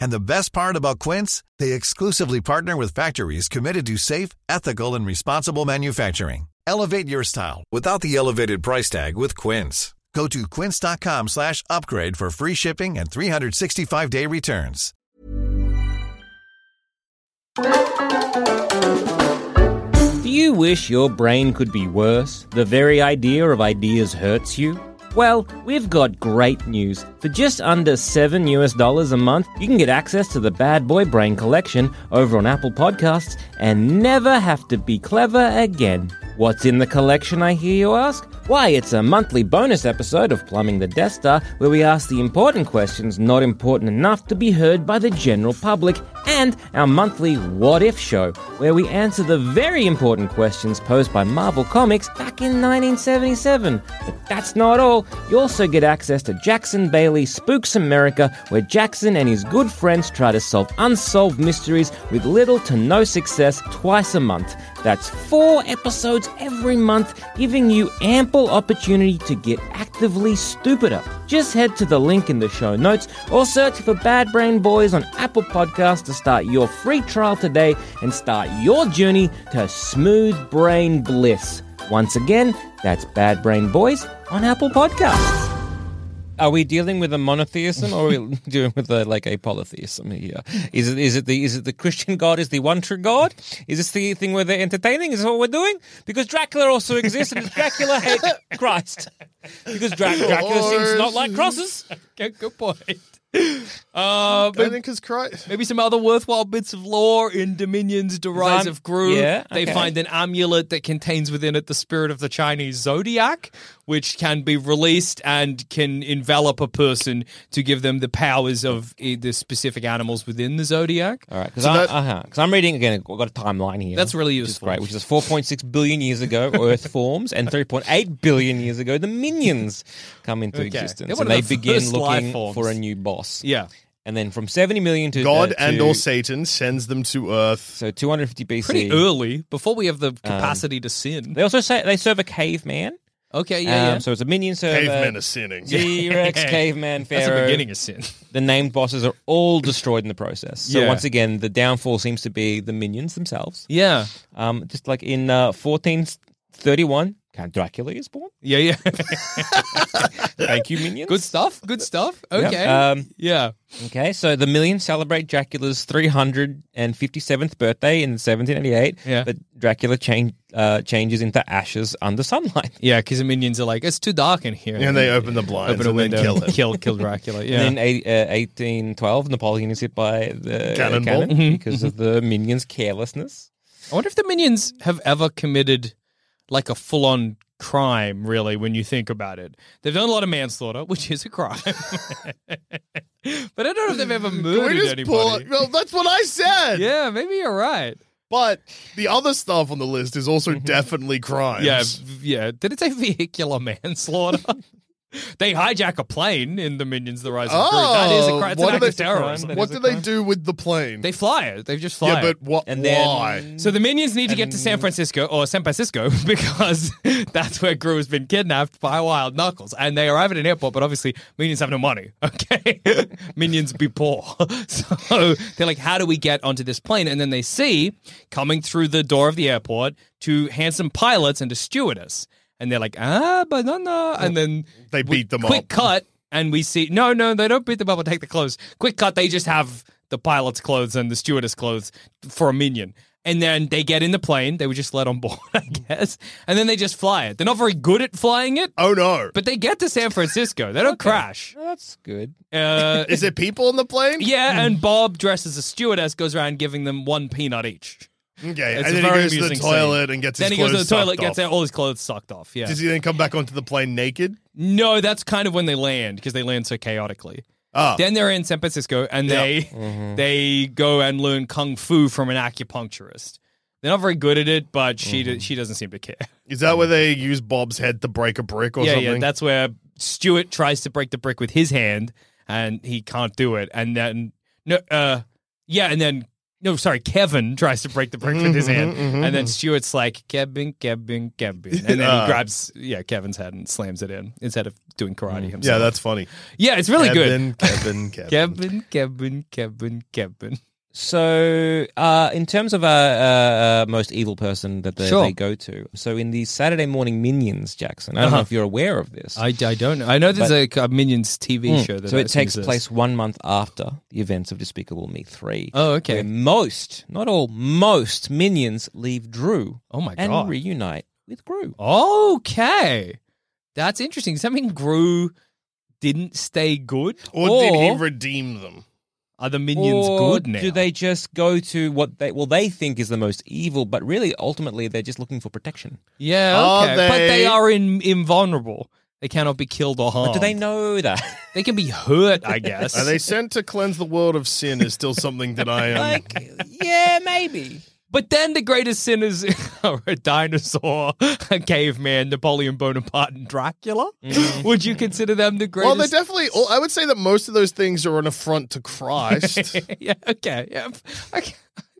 I: And the best part about Quince, they exclusively partner with factories committed to safe, ethical, and responsible manufacturing. Elevate your style without the elevated price tag with Quince. Go to quince.com slash upgrade for free shipping and 365-day returns.
G: Do you wish your brain could be worse? The very idea of ideas hurts you? Well, we've got great news. For just under 7 US dollars a month, you can get access to the Bad Boy Brain collection over on Apple Podcasts and never have to be clever again. What's in the collection, I hear you ask? Why, it's a monthly bonus episode of Plumbing the Death Star where we ask the important questions not important enough to be heard by the general public, and our monthly What If show where we answer the very important questions posed by Marvel Comics back in 1977. But that's not all. You also get access to Jackson Bailey Spooks America, where Jackson and his good friends try to solve unsolved mysteries with little to no success twice a month. That's four episodes every month, giving you ample opportunity to get actively stupider. Just head to the link in the show notes or search for Bad Brain Boys on Apple Podcasts to start your free trial today and start your journey to smooth brain bliss. Once again, that's Bad Brain Boys on Apple Podcasts. Are we dealing with a monotheism or are we dealing with a, like a polytheism here? Is it is it the is it the Christian God is the one true God? Is this the thing where they're entertaining? Is this what we're doing? Because Dracula also exists and Dracula hate Christ. Because Dra- Dracula seems not like crosses.
F: Okay, good point. Uh,
E: I
F: but
E: think because Christ.
F: maybe some other worthwhile bits of lore in Dominion's Derise
G: Um,
F: of Gru.
G: yeah,
F: They
G: okay.
F: find an amulet that contains within it the spirit of the Chinese zodiac, which can be released and can envelop a person to give them the powers of eh, the specific animals within the zodiac.
G: All right, because
E: So
G: I,
E: that-
G: uh-huh, 'cause I'm reading again. I've got a timeline here.
F: That's really
G: which is
F: useful.
G: great. Which is 4.6 billion years ago, Earth forms, and 3.8 billion years ago, the minions come into
F: Okay.
G: existence,
F: They're one
G: and
F: of
G: they
F: the
G: begin
F: first life
G: looking
F: forms.
G: for a new boss.
F: Yeah.
G: and then from 70 million to
E: God
G: uh,
E: and
G: to-
E: or Satan sends them to Earth.
G: so 250 BC.
F: Pretty early, before we have the
G: Um,
F: capacity to sin.
G: They also say they serve a caveman.
F: Okay, yeah,
G: Um,
F: yeah.
G: So it's a minion server.
E: Cavemen are sinning.
G: T-Rex, caveman,
F: That's
G: pharaoh.
F: the beginning of sin.
G: the named bosses are all destroyed in the process. So
F: Yeah.
G: once again, the downfall seems to be the minions themselves.
F: Yeah.
G: Um, just like in uh, 1431, Count Dracula is born.
F: Yeah, yeah.
G: Thank you, minions.
F: good stuff. Good stuff.
G: Yep.
F: Okay.
G: Um,
F: yeah.
G: okay, so the millions celebrate Dracula's 357th birthday in 1788,
F: Yeah.
G: but Dracula change, uh, changes into ashes under sunlight.
F: Yeah, because the minions are like, it's too dark in here.
E: And they open the blinds
F: open a
E: and then
F: window,
E: kill him.
F: kill, kill Dracula. Yeah.
G: And then eight- uh, 1812, Napoleon is hit by the uh,
E: Cannonball.
G: cannon
F: Mm-hmm.
G: because of the minions' carelessness.
F: I wonder if the minions have ever committed like a full on crime, really, when you think about it. They've done a lot of manslaughter, which is a crime. but I don't know if they've ever
E: Can we
F: murdered
E: just pull
F: anybody.
E: it? Well, that's what I said.
F: Yeah, maybe you're right.
E: But the other stuff on the list is also definitely crimes.
F: Mm-hmm. Yeah, v- yeah. Did it say vehicular manslaughter? they hijack a plane in the Minions: The Rise of Gru. That is a
E: Oh,
F: crime. It's
E: what
F: an
E: do
F: act of
E: they-
F: terrorism.
E: What do they do with the plane?
F: They fly it. They just fly
E: yeah,
F: it.
E: but what?
G: And then-
E: why?
F: So the minions need to get to San Francisco or San Francisco because that's where Gru has been kidnapped by Wild Knuckles, and they arrive at an airport. But obviously, minions have no money. Okay, minions be poor, so they're like, "How do we get onto this plane?" And then they see coming through the door of the airport two handsome pilots and a stewardess, and they're like, "Ah, banana!" And then
E: They
F: we-
E: beat them
F: quick
E: up.
F: cut, and we see no, no, they don't beat them up or take the clothes. Quick cut, they just have the pilot's clothes and the stewardess clothes for a minion. And then they get in the plane. They were just let on board, I
G: Mm.
F: guess. And then they just fly it. They're not very good at flying it,
E: oh no!
F: but they get to San Francisco. They don't crash.
G: That's good.
F: Uh,
E: is there people on the plane?
F: yeah, and Bob dresses a stewardess, goes around giving them one peanut each.
E: Okay, and
F: It's a
E: then he
F: very
E: goes to the
F: amusing scene.
E: toilet and gets
F: Then
E: his
F: he goes to
E: clothes
F: the toilet,
E: sucked
F: gets
E: off.
F: all his clothes sucked off. Yeah.
E: Does he then come back onto the plane naked?
F: No, that's kind of when they land because they land so chaotically.
E: Ah, Mm-hmm.
F: Then they're in San Francisco and they they go and learn kung fu from an acupuncturist. They're not very good at it, but she
E: Mm-hmm.
F: do- she doesn't seem to care.
E: is that where they use Bob's head to break a brick or
F: yeah,
E: something?
F: yeah. That's where Stuart tries to break the brick with his hand and he can't do it. And then no, uh, yeah, and then no, sorry, Kevin tries to break the brick with
E: Mm-hmm,
F: his hand, and then Stuart's like Kevin, Kevin, Kevin, and then
E: Ah.
F: he grabs yeah Kevin's head and slams it in instead of doing karate himself.
E: Mm. yeah, that's funny.
F: yeah, it's really good.
E: Kevin, Kevin, Kevin.
F: Kevin, Kevin, Kevin, Kevin.
G: So, uh, in terms of a uh, uh, most evil person that they,
F: Sure.
G: they go to, so in the Saturday morning minions, Jackson, I don't know
F: Uh-huh.
G: if you're aware of this.
F: I, I don't know. I know there's a, a Minions TV
G: Mm.
F: show that
G: so it
F: that
G: takes
F: exists.
G: place one month after the events of Despicable Me three.
F: Oh, okay.
G: where most, not all, most minions leave Drew.
F: Oh my
G: and
F: God.
G: reunite with Gru.
F: Okay, that's interesting. Does that mean Gru didn't stay good,
E: Or did he redeem them?
F: Are the minions
G: Or
F: good now?
G: Do they just go to what they well they think is the most evil, but really ultimately they're just looking for protection.
F: Yeah,
E: Are
F: okay. but
E: they-
F: they are in, invulnerable. They cannot be killed or harmed.
G: But do they know that?
F: They can be hurt, I guess.
E: Are they sent to cleanse the world of sin? Is still something that I am.
G: yeah, maybe.
F: But then the greatest sinners are a dinosaur, a caveman, Napoleon Bonaparte, and Dracula.
G: Mm.
F: Would you consider them the
E: well, they're
F: greatest?
E: definitely. all- I would say that most of those things are an affront to Christ,
F: yeah, okay. Yeah. okay.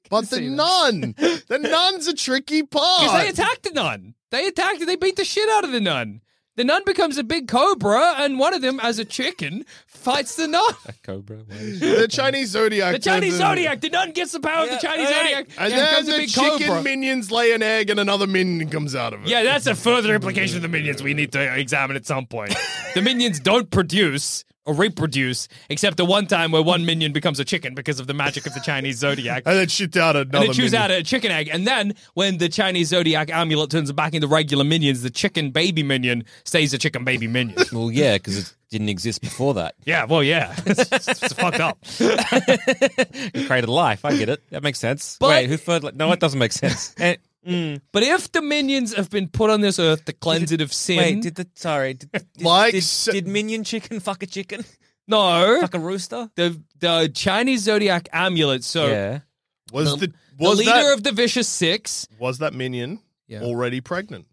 E: but the
F: see that.
E: nun, the nun's a tricky
F: Because they
E: part.
F: attacked the nun. They attacked They beat the shit out of the nun. The nun becomes a big cobra, and one of them, as a chicken, fights the nun.
G: Cobra.
E: the Chinese zodiac.
F: The Chinese
E: turns in-
F: zodiac. The nun gets the power of the
G: Yeah,
F: Chinese
G: hey.
F: zodiac.
E: And
F: and
E: then
F: becomes a
E: the
F: big
E: chicken
F: cobra.
E: minions lay an egg, and another minion comes out of it.
F: Yeah, that's a further implication of the minions we need to examine at some point. the minions don't produce or reproduce, except the one time where one minion becomes a chicken because of the magic of the Chinese zodiac.
E: and then shit out
F: And
E: another.
F: they choose
E: minion.
F: out a chicken egg, and then when the Chinese zodiac amulet turns back into regular minions, the chicken baby minion stays a chicken baby minion.
G: Well, yeah, because it didn't exist before that.
F: yeah, well, yeah, it's, it's fucked up.
G: It created life. I get it. That makes sense.
F: But-
G: Wait, who further? No, it doesn't make sense. And,
F: But if the minions have been put on this earth to cleanse it of sin,
G: wait, did the sorry? Did, did,
E: Like
G: did,
E: se-
G: did minion chicken fuck a chicken?
F: no,
G: Fuck a rooster?
F: the the Chinese zodiac amulet. So
G: yeah.
E: Was the,
F: the
E: was
F: leader
E: that
F: of the vicious six
E: was that minion
F: Yeah.
E: already pregnant?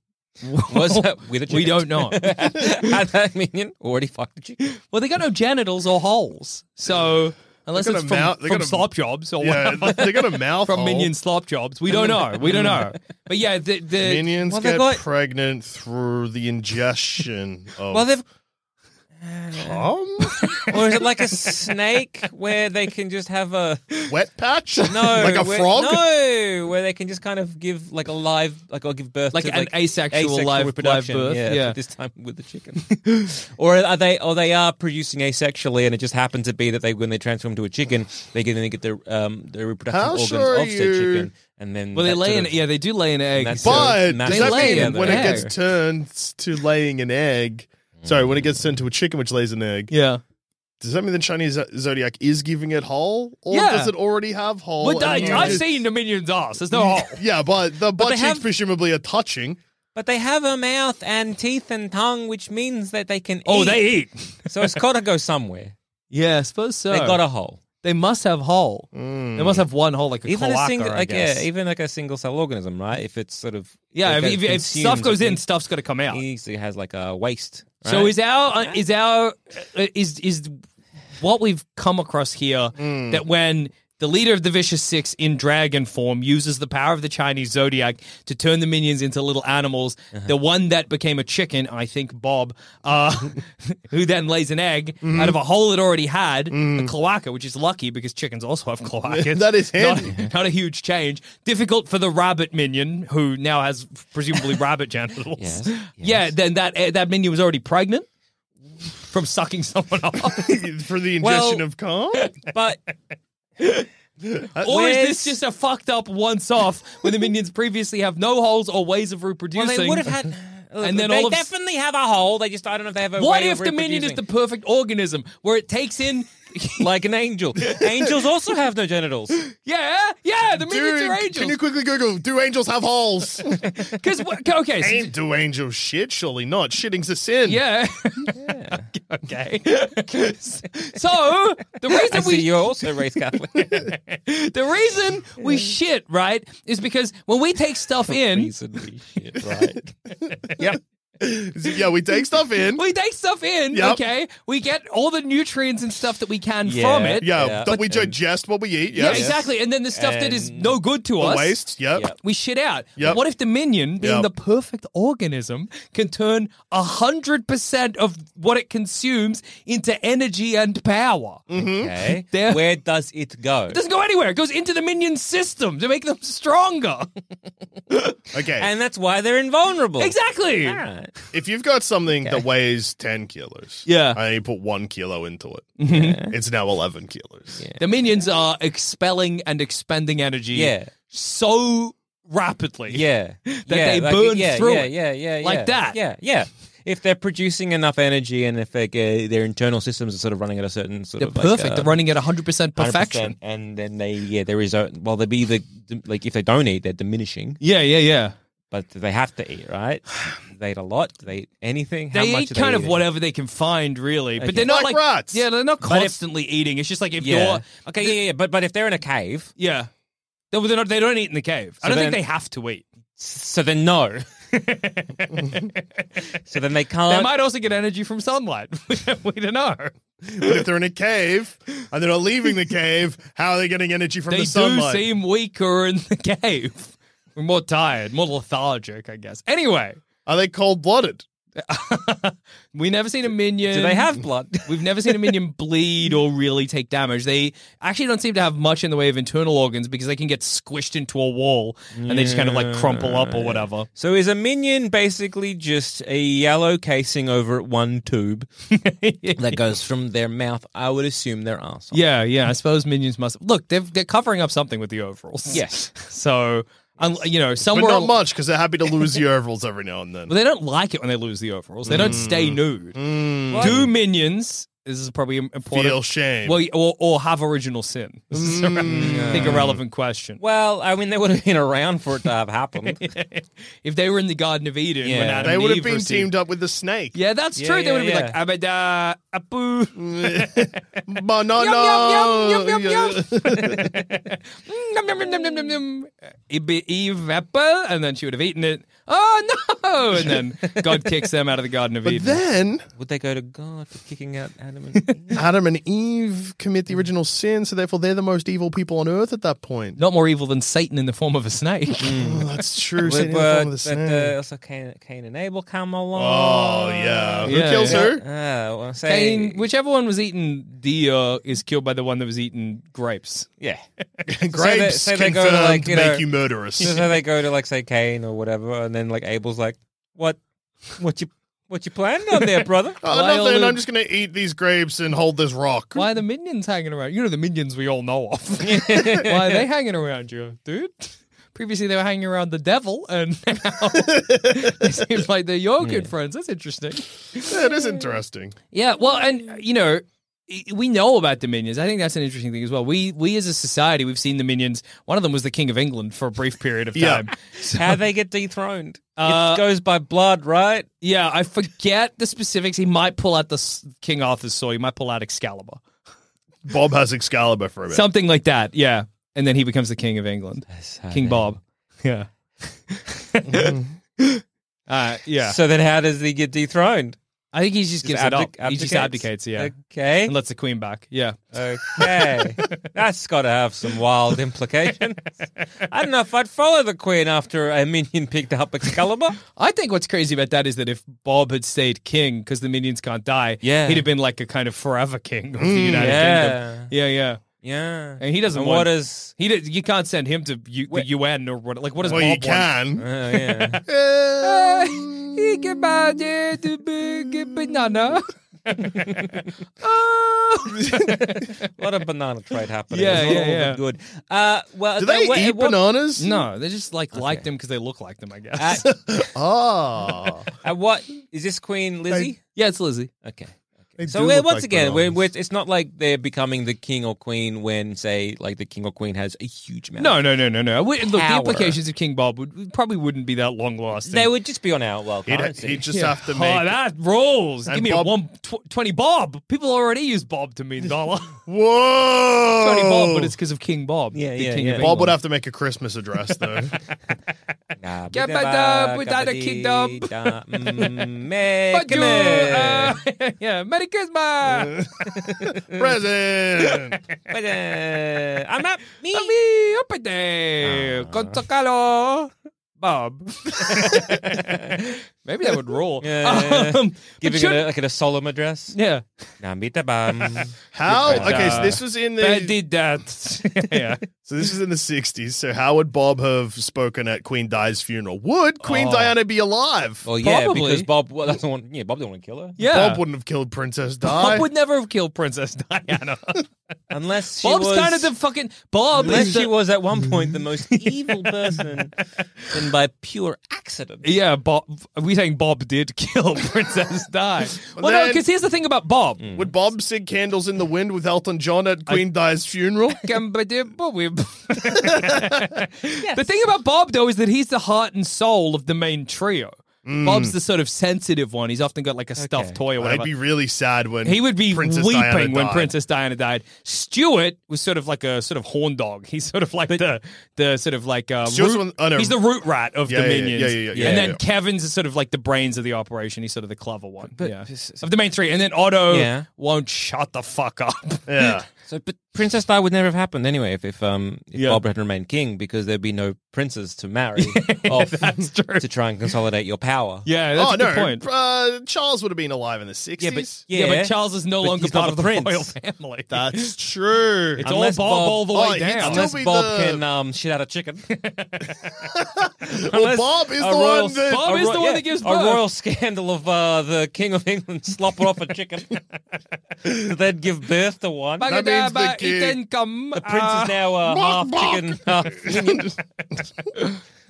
G: Was that with a chicken?
F: We don't know.
G: Had that minion already fucked a chicken?
F: well, they got no genitals or holes, so unless
E: They got
F: it's
E: a
F: from,
E: mouth- they
F: from
E: got a-
F: slop jobs or
E: Yeah,
F: whatever,
E: they got a mouth
F: Oh, from
E: hole.
F: minion slop jobs, we don't know. We don't know. But yeah, the, the
E: Minions
G: Well, they
E: get
G: got-
E: pregnant through the ingestion of
G: Well, they've.
E: cum?
G: Or is it like a snake where they can just have a
E: wet patch?
G: no,
E: like a
G: where-
E: frog.
G: No, where they can just kind of give like a live, like or give birth,
F: Like
G: to,
F: an asexual live- live
G: reproduction.
F: birth,
G: Yeah,
F: yeah.
G: but this time with the chicken. or are they? Or they are producing asexually, and it just happened to be that they, when they transform to a chicken, they can then get their um their reproductive
E: How
G: organs
E: sure
G: off their
E: you-
G: chicken, and then
F: well, they
G: that
F: lay
G: sort
F: an
G: of-
F: yeah, they do lay an egg.
G: that's
F: so-
G: it.
E: But
G: Mash
E: does
F: it
E: that mean
F: together.
E: when
F: Yeah.
E: it gets turned to laying an egg? Sorry, when it gets turned to a chicken which lays an egg,
F: yeah.
E: does that mean the Chinese zo- zodiac is giving it hole, or
F: Yeah.
E: does it already have hole? and
F: But I,
E: you
F: I've
E: just-
F: seen the minions' ass. There's no hole.
E: Yeah, but the butt
G: they
E: cheeks
G: have-
E: presumably are touching.
G: But they have a mouth and teeth and tongue, which means that they can.
F: Oh,
G: eat.
F: they eat.
G: So it's got to go somewhere.
F: Yeah, I suppose so.
G: They got a hole.
F: They must have hole. They
E: Mm.
F: must have one hole, like a
G: Even
F: cloaca,
G: a single,
F: I
G: like
F: guess.
G: yeah, even like a single cell organism, right? If it's sort of
F: yeah, if,
G: it
F: if, if
G: consumes,
F: stuff goes
G: it
F: in, stuff's got to come out.
G: easily has like a waste.
F: So is our uh, is our uh, is is what we've come across here
E: Hmm.
F: that when the leader of the vicious six in dragon form uses the power of the Chinese zodiac to turn the minions into little animals,
E: Uh-huh.
F: the one that became a chicken, I think Bob, uh, who then lays an egg
E: Mm-hmm.
F: out of a hole it already had, a cloaca, which is lucky because chickens also have cloacas.
E: That is handy.
F: not, not a huge change. Difficult for the rabbit minion, who now has presumably rabbit genitals.
G: Yes,
F: Yeah, then that eh, that minion was already pregnant from sucking someone off.
E: for the ingestion
G: Well-
E: of cum.
G: but
F: or is
G: Where's-
F: this just a fucked up once off where the minions previously have no holes or ways of reproducing?
G: well, they would have had.
F: And then
G: they
F: all of-
G: definitely have a hole. They just I don't know if they have a.
F: what
G: way
F: if
G: of
F: the minion is the
G: reproducing.
F: perfect organism where it takes in
G: like an angel? Angels also have no genitals.
F: Yeah, yeah, the
E: Dude,
F: minions are
E: Can you
F: angels.
E: quickly Google? Do angels have holes?
F: Because okay, so-
E: Ain't do angels shit? Surely not. Shitting's a sin.
F: yeah. okay. so the reason
G: I
F: we
G: see you're also raised Catholic.
F: the reason we shit, right, is because when we take stuff in,
G: Reasonably shit, right?
E: Is it- yeah. We take stuff in.
F: we take stuff in,
E: Yep.
F: okay? We get all the nutrients and stuff that we can
G: Yeah.
F: from it.
E: yeah,
G: Yeah.
E: That we digest what we eat.
F: Yeah,
E: Yes.
F: exactly. And then the stuff that is
G: And
F: no good to
E: The
F: us,
E: waste. Yep.
G: Yep.
F: we shit out.
E: Yep.
F: What if the minion, being
E: Yep.
F: the perfect organism, can turn 100% of what it consumes into energy and power?
G: Okay.
F: There-
G: Where does it go?
F: It doesn't go anywhere. It goes into the minion system to make them stronger.
E: Okay.
G: And that's why they're invulnerable.
F: exactly.
G: Alright.
E: if you've got something that weighs ten kilos,
F: Yeah.
E: and you put one kilo into it, it's now eleven kilos.
F: The minions are expelling and expending energy
G: Yeah.
F: so rapidly.
G: Yeah.
F: That
G: yeah,
F: they
G: like-
F: burn
G: yeah,
F: through
G: yeah,
F: it.
G: Yeah, yeah, yeah.
F: Like that.
G: Yeah, yeah. if they're producing enough energy and if like, uh, their internal systems are sort of running at a certain sort
F: They're
G: of like,
F: perfect.
G: uh,
F: They're running at 100%
G: 100%,
F: perfection.
G: and then they yeah there is a well they be the like if they don't eat they're diminishing,
F: Yeah, yeah, yeah.
G: but they have to eat right. they eat a lot. Do they eat anything. How
F: They
G: much
F: eat
G: are
F: kind of
G: eating?
F: whatever they can find, really. But
G: Okay.
F: they're not
E: Like
F: like,
E: rats.
F: Yeah, they're not
G: But if-
F: constantly eating. It's just like if
G: Yeah.
F: you're
G: okay, yeah, yeah, but but if they're in a cave,
F: yeah, they they're not, they don't eat in the cave. I
G: So
F: don't
G: then-
F: think they have to eat.
G: so then no. so then they can't.
F: They might also get energy from sunlight. we don't know.
E: But if they're in a cave and they're not leaving the cave, how are they getting energy from
F: they
E: the
F: do
E: sunlight?
F: seem weaker in the cave. We're more tired, more lethargic, I guess. Anyway,
E: are they cold blooded?
F: we never seen a minion.
G: do they have blood?
F: We've never seen a minion bleed or really take damage. They actually don't seem to have much in the way of internal organs because they can get squished into a wall and they just kind of like crumple up or whatever.
G: So is a minion basically just a yellow casing over at one tube that goes from their mouth? I would assume their arsehole.
F: Yeah, yeah. I suppose minions must look. They're they're covering up something with the overalls.
G: Yes.
F: So, un- you know,
E: But
F: somewhere
E: not
F: al-
E: much because they're happy to lose the overalls every now and then.
F: Well, they don't like it when they lose the overalls. They don't stay
E: Mm.
F: nude. Do minions? This is probably im- important.
E: Feel shame. Mm.
F: Well, or, or have original sin. This is, I think, a relevant question.
G: Well, I mean, they would have been around for it to have happened.
F: if they were in the Garden of Eden, when
G: Yeah.
F: Adam
E: they would
F: and
E: have
F: Eve
E: been
F: received-
E: teamed up with the snake.
F: Yeah, that's
G: Yeah,
F: true. they
G: yeah,
F: would have
G: yeah.
F: been like Abada
E: Mm.
F: Apu.
E: Banana.
F: Yum, yum, yum, yum, yum, Nom, nom, nom, nom, nom, nom, nom. It'd be Eve apple, and then she would have eaten it. Oh no! And then God kicks them out of the Garden of
E: But
F: Eden.
E: then
G: would they go to God for kicking out Adam and Eve?
E: Adam and Eve commit the original sin, so therefore they're the most evil people on earth at that point.
F: Not more evil than Satan in the form of a snake.
E: Oh, that's true.
G: Would-
E: Satan in the
G: would-
E: form of the
G: Mm. but,
E: snake.
G: uh, also Cain, Cain and Abel come along.
E: Oh yeah. Who
F: Yeah,
E: kills
F: yeah.
E: her?
G: Oh, well, say,
F: Cain, whichever one was eaten deer is killed by the one that was eating grapes.
G: yeah.
E: Grapes
G: so they go to,
E: confirmed
G: like, you
E: make
G: know-
E: you murderous.
G: so they go to like say Cain or whatever, and then like Abel's like, "What, what you, what you planning on there, brother?"
E: Oh, nothing.
F: Violet-
E: I'm just gonna eat these grapes and hold this rock.
F: Why are the minions hanging around? You know the minions we all know of. Why are they hanging around you, dude? Previously they were hanging around the devil, and now it seems like they're your good friends. That's interesting.
E: That is interesting.
F: Hmm. Yeah, well, and you know, i- we know about the minions. I think that's an interesting thing as well. We we as a society we've seen the minions. One of them was the king of England for a brief period of
E: Yeah.
F: time.
G: How they get dethroned?
F: Uh,
G: it goes by blood, right?
F: Yeah, I forget the specifics. He might pull out the s- King Arthur's sword. He might pull out Excalibur,
E: Bob has Excalibur for a bit.
F: something like that. Yeah, and then he becomes the King of England, King Bob. Yeah, uh, yeah.
G: So then, how does he get dethroned?
F: I think he just gives it up.
G: abdic-
F: He just abdicates. Yeah,
G: Okay.
F: and lets the Queen back. Yeah.
G: Okay. That's got to have some wild implications. I don't know if I'd follow the Queen after a minion picked up Excalibur.
F: I think what's crazy about that is that if Bob had stayed king, because the minions can't die,
G: Yeah.
F: he'd have been like a kind of forever king of the United
G: yeah.
F: Kingdom. Yeah, yeah.
G: Yeah.
F: And he doesn't
G: And
F: want.
G: what is.
F: he? Did, you can't send him to U, the UN or what? Like, what does
E: well,
F: Bob
E: you can.
F: want?
G: Oh, yeah.
E: Um,
F: banana.
G: a lot of banana trade happening.
F: Yeah,
G: It's not
F: yeah,
G: all been
F: yeah.
G: Good. Uh, well,
E: do they
G: uh, what-
E: eat
G: what-
E: bananas?
F: no, they just like like them because they look like them, I guess.
G: Uh,
E: Ah.
G: uh, what is this Queen Lizzie?
F: yeah, it's Lizzie.
G: Okay.
E: They
G: So
E: do
G: we're,
E: look
G: once
E: like
G: again, we're,
E: bananas.
G: we're, it's not like they're becoming the king or queen when, say, like the king or queen has a huge amount.
F: No, no, no, no, no. We, look, the
G: Power.
F: implications of King Bob would probably wouldn't be that long lasting.
G: they would just be on our well
E: he'd,
G: currency.
E: he'd just
F: Yeah.
E: have to
F: Oh,
E: make.
F: that rules.
E: And
F: Give me
E: Bob-
F: a one tw- twenty Bob. People already use Bob to mean dollar.
E: Whoa!
F: Twenty Bob, but it's because of King Bob.
G: Yeah,
F: the
G: yeah,
F: King
G: yeah.
F: Of
E: Bob would
F: England.
E: have to make a Christmas address though.
G: Nah,
F: Get
G: ba-
F: back
G: da-
F: up without a
G: ba-
F: kingdom.
G: dee- da- mm,
F: But
G: make
F: you,
G: a
F: uh, yeah, Merry Christmas.
E: Present.
G: But, uh, I'm up. Me.
F: Ah,
G: Ah.
F: Mami, up in there. Con Tocalo. Bob. Maybe that would roll.
G: Yeah.
F: Um, but
G: Giving
F: should-
G: it a, like a solemn address.
F: yeah.
G: Nah, meet the bum.
E: How?
G: But,
E: Okay, so
F: uh,
E: this was in
F: They
E: the
F: did that. yeah.
E: so this was in the '60s. So how would Bob have spoken at Queen Di's funeral? Would Queen
F: Oh.
E: Diana be alive?
G: Well, yeah,
F: Probably.
G: because Bob well, doesn't want. Yeah, Bob didn't want to kill her
F: Yeah.
E: Bob wouldn't have killed Princess Di.
F: Bob would never have killed Princess Diana.
G: unless she
F: Bob's
G: was
F: kind of the fucking Bob.
G: unless
F: Is
G: she
F: the,
G: was at one point the most evil person, and by pure
J: accident.
F: Yeah, Bob. Are we saying Bob did kill Princess Di? well, no,
E: then-
F: because here's the thing about Bob.
E: Would Bob sing Candles in the Wind with Elton John at Queen Di's funeral?
F: The thing about Bob though is that he's the heart and soul of the main trio. Bob's the sort of sensitive one. He's often got like a stuffed toy
E: Mm.
F: or
E: I'd
F: whatever.
E: be really sad when
F: he would be
E: Princess
F: weeping
E: Diana
F: when
E: died.
F: Princess Diana died. Stewart was sort of like a sort of horn dog. He's sort of like the the sort of like uh,
E: Stewart's
F: root,
E: one- oh, no.
F: he's the root rat of
E: Yeah,
F: the
E: yeah, yeah,
F: minions.
E: yeah, yeah, yeah,
F: and
E: yeah,
F: then
E: yeah.
F: Kevin's is sort of like the brains of the operation. He's sort of the clever one,
J: But-
F: yeah,
J: s- s-
F: of the main three. And then Otto
J: Yeah.
F: won't shut the fuck up.
E: Yeah.
J: So, but
G: Princess Di would never have happened anyway if, if um if
F: Yeah.
G: Bob had remained king because there'd be no princes to marry off
F: that's true.
G: to try and consolidate your power.
F: Yeah, that's
E: oh
F: a
E: no,
F: good point.
E: Uh, Charles would have been alive in the sixties.
F: Yeah, but Charles is no
G: but
F: longer
G: he's not
F: part
G: a
F: of the
G: prince.
F: royal family.
E: that's true.
F: It's
G: Unless
F: all Bob,
G: Bob-
F: all the
E: Oh, he's
F: way down.
E: still
G: Unless
E: be
G: Bob
E: the-
G: can um, shit out a chicken.
E: well,
G: Unless
E: Bob is
G: a
E: the
G: royal-
E: one that.
F: Bob
G: a
F: is the one
G: yeah,
F: that gives
G: a
F: birth.
G: royal scandal of uh, the King of England slopping off a chicken. They'd give birth to one.
E: That means the
F: he
E: king.
F: didn't come.
G: The prince
F: uh,
G: is now uh, half chicken, half minion.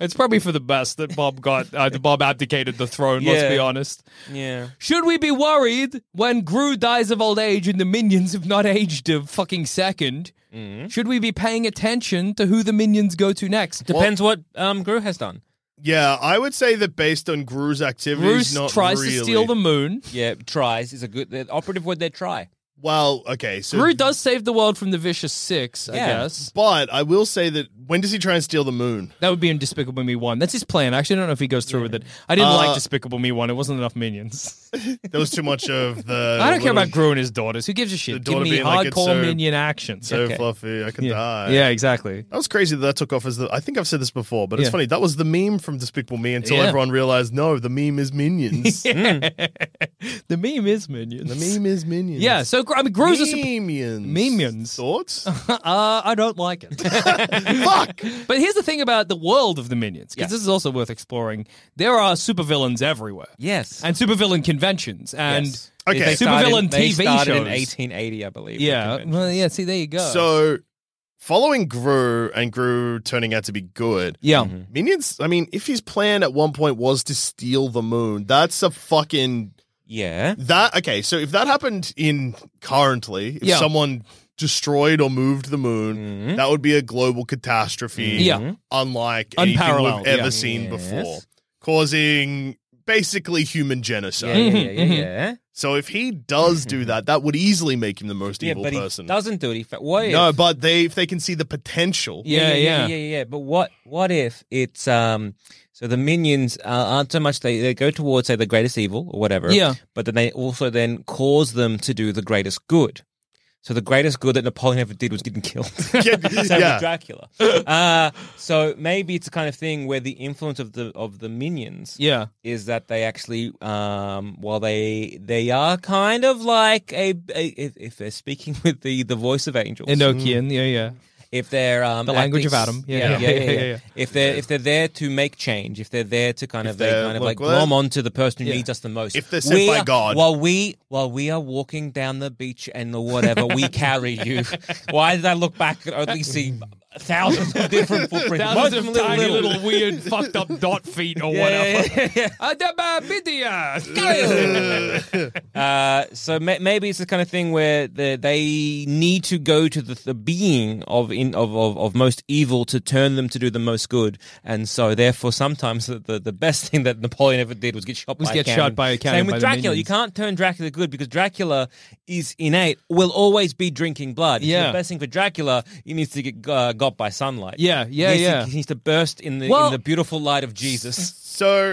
F: It's probably for the best that Bob got. Uh, that Bob abdicated the throne. Let's
G: Yeah.
F: be honest.
G: Yeah.
F: Should we be worried when Gru dies of old age and the minions have not aged a fucking 2nd
E: Mm-hmm.
F: Should we be paying attention to who the minions go to next?
G: Depends what um, Gru has done.
E: Yeah, I would say that based on Gru's activities,
F: Bruce
E: not
F: tries
E: really.
F: to steal the moon.
G: Yeah, tries is a good the operative word there, try.
E: Well, okay, so
F: Gru does save the world from the vicious six, I
G: Yeah.
F: guess.
E: But I will say that when does he try and steal the moon?
F: That would be in Despicable Me One. That's his plan. I actually don't know if he goes through with it. I didn't
E: Uh,
F: like Despicable Me One. It wasn't enough minions.
E: There was too much of the.
F: I don't care
E: little
F: about Gru and his daughters. Who gives a
E: The
F: shit? Give
E: daughter
F: me
E: being like, it's
F: hardcore
E: so-
F: minion action.
E: So
F: Okay.
E: fluffy, I can
F: yeah.
E: die.
F: yeah, exactly.
E: That was crazy that that took off as the. I think I've said this before, but it's
F: Yeah.
E: funny. That was the meme from Despicable Me until
F: Yeah.
E: everyone realized no, the meme is Minions.
F: The meme is minions.
E: Mm. The meme is Minions.
F: Yeah, so Gru- I mean, Gru's a super-
E: Minions.
F: Minions.
E: Thoughts?
F: uh, I don't like it. Fuck. But here's the thing about the world of the minions, because
G: Yeah.
F: this is also worth exploring. There are supervillains everywhere.
G: Yes.
F: And supervillain conventions and
G: Yes.
E: Okay.
G: They started-
F: supervillain
G: they
F: TV
G: started in
F: shows.
G: 1880, I believe. the
F: yeah,
G: convention.
F: well, yeah. See, there you go.
E: So, following Gru and Gru turning out to be good.
F: yeah,
G: Mm-hmm. Mm.
E: Minions, I mean, if his plan at one point was to steal the moon, that's a fucking
G: Yeah.
E: that okay, so if that happened in currently, if
F: Yeah.
E: someone destroyed or moved the moon,
G: Mm.
E: that would be a global catastrophe.
F: Yeah.
E: Unlike anything
F: Unparalleled,
E: we've ever
F: yeah.
E: seen before.
G: Yes.
E: Causing basically human
G: Yeah,
E: genocide.
F: Mm-hmm.
G: yeah, yeah, yeah, yeah.
E: So if he does do that, that would easily make him the most
G: Yeah,
E: evil
G: but
E: person.
G: he doesn't do it. He fa- what if?
E: no, but they if they can see the potential.
F: Yeah,
G: yeah, yeah,
F: yeah.
G: yeah, yeah. But what what if it's um so the minions uh, aren't so much they, they go towards say the greatest evil or whatever.
F: Yeah.
G: But then they also then cause them to do the greatest good. So the greatest good that Napoleon ever did was getting killed.
E: Yeah,
G: Same
E: yeah.
G: with Dracula. Uh, so maybe it's the kind of thing where the influence of the of the minions
F: yeah.
G: is that they actually, um, well, they they are kind of like a, a if, if they're speaking with the the voice of angels,
F: Enochian. Yeah, yeah.
G: if they're um,
F: The language
G: acting-
F: of Adam. Yeah,
G: yeah, yeah,
F: yeah,
G: yeah,
F: yeah,
G: yeah.
F: yeah.
G: If they're if they're there to make change, if they're there to kind
E: If
G: of they
E: they're-
G: kind of
E: look,
G: like
E: well,
G: glom onto the person who
F: yeah.
G: needs us the most.
E: If they're sent
G: We
E: by
G: are-
E: God.
G: while we while we are walking down the beach and the whatever, we carry you. Why did I look back and only see thousands of different footprints?
F: Thousands
G: Most
F: of
G: them
F: tiny little, weird fucked up dot feet or
G: Yeah, yeah,
F: whatever.
G: yeah, yeah. Uh, so ma- maybe it's the kind of thing where the, they need to go to the, the being of, in, of of of most evil to turn them to do the most good, and so therefore sometimes the, the, the best thing that Napoleon ever did was get shot
F: Was
G: by a
F: get
G: cannon.
F: shot by a cannon
G: Same
F: by
G: with
F: the
G: Dracula, you
F: minions.
G: can't turn Dracula good because Dracula is innate, will always be drinking blood. It's
F: Yeah.
G: the best thing for Dracula, he needs to get uh, got by sunlight.
F: Yeah, yeah,
G: he needs
F: yeah.
G: To, he needs to burst in the
F: Well-
G: in the beautiful light of Jesus.
E: So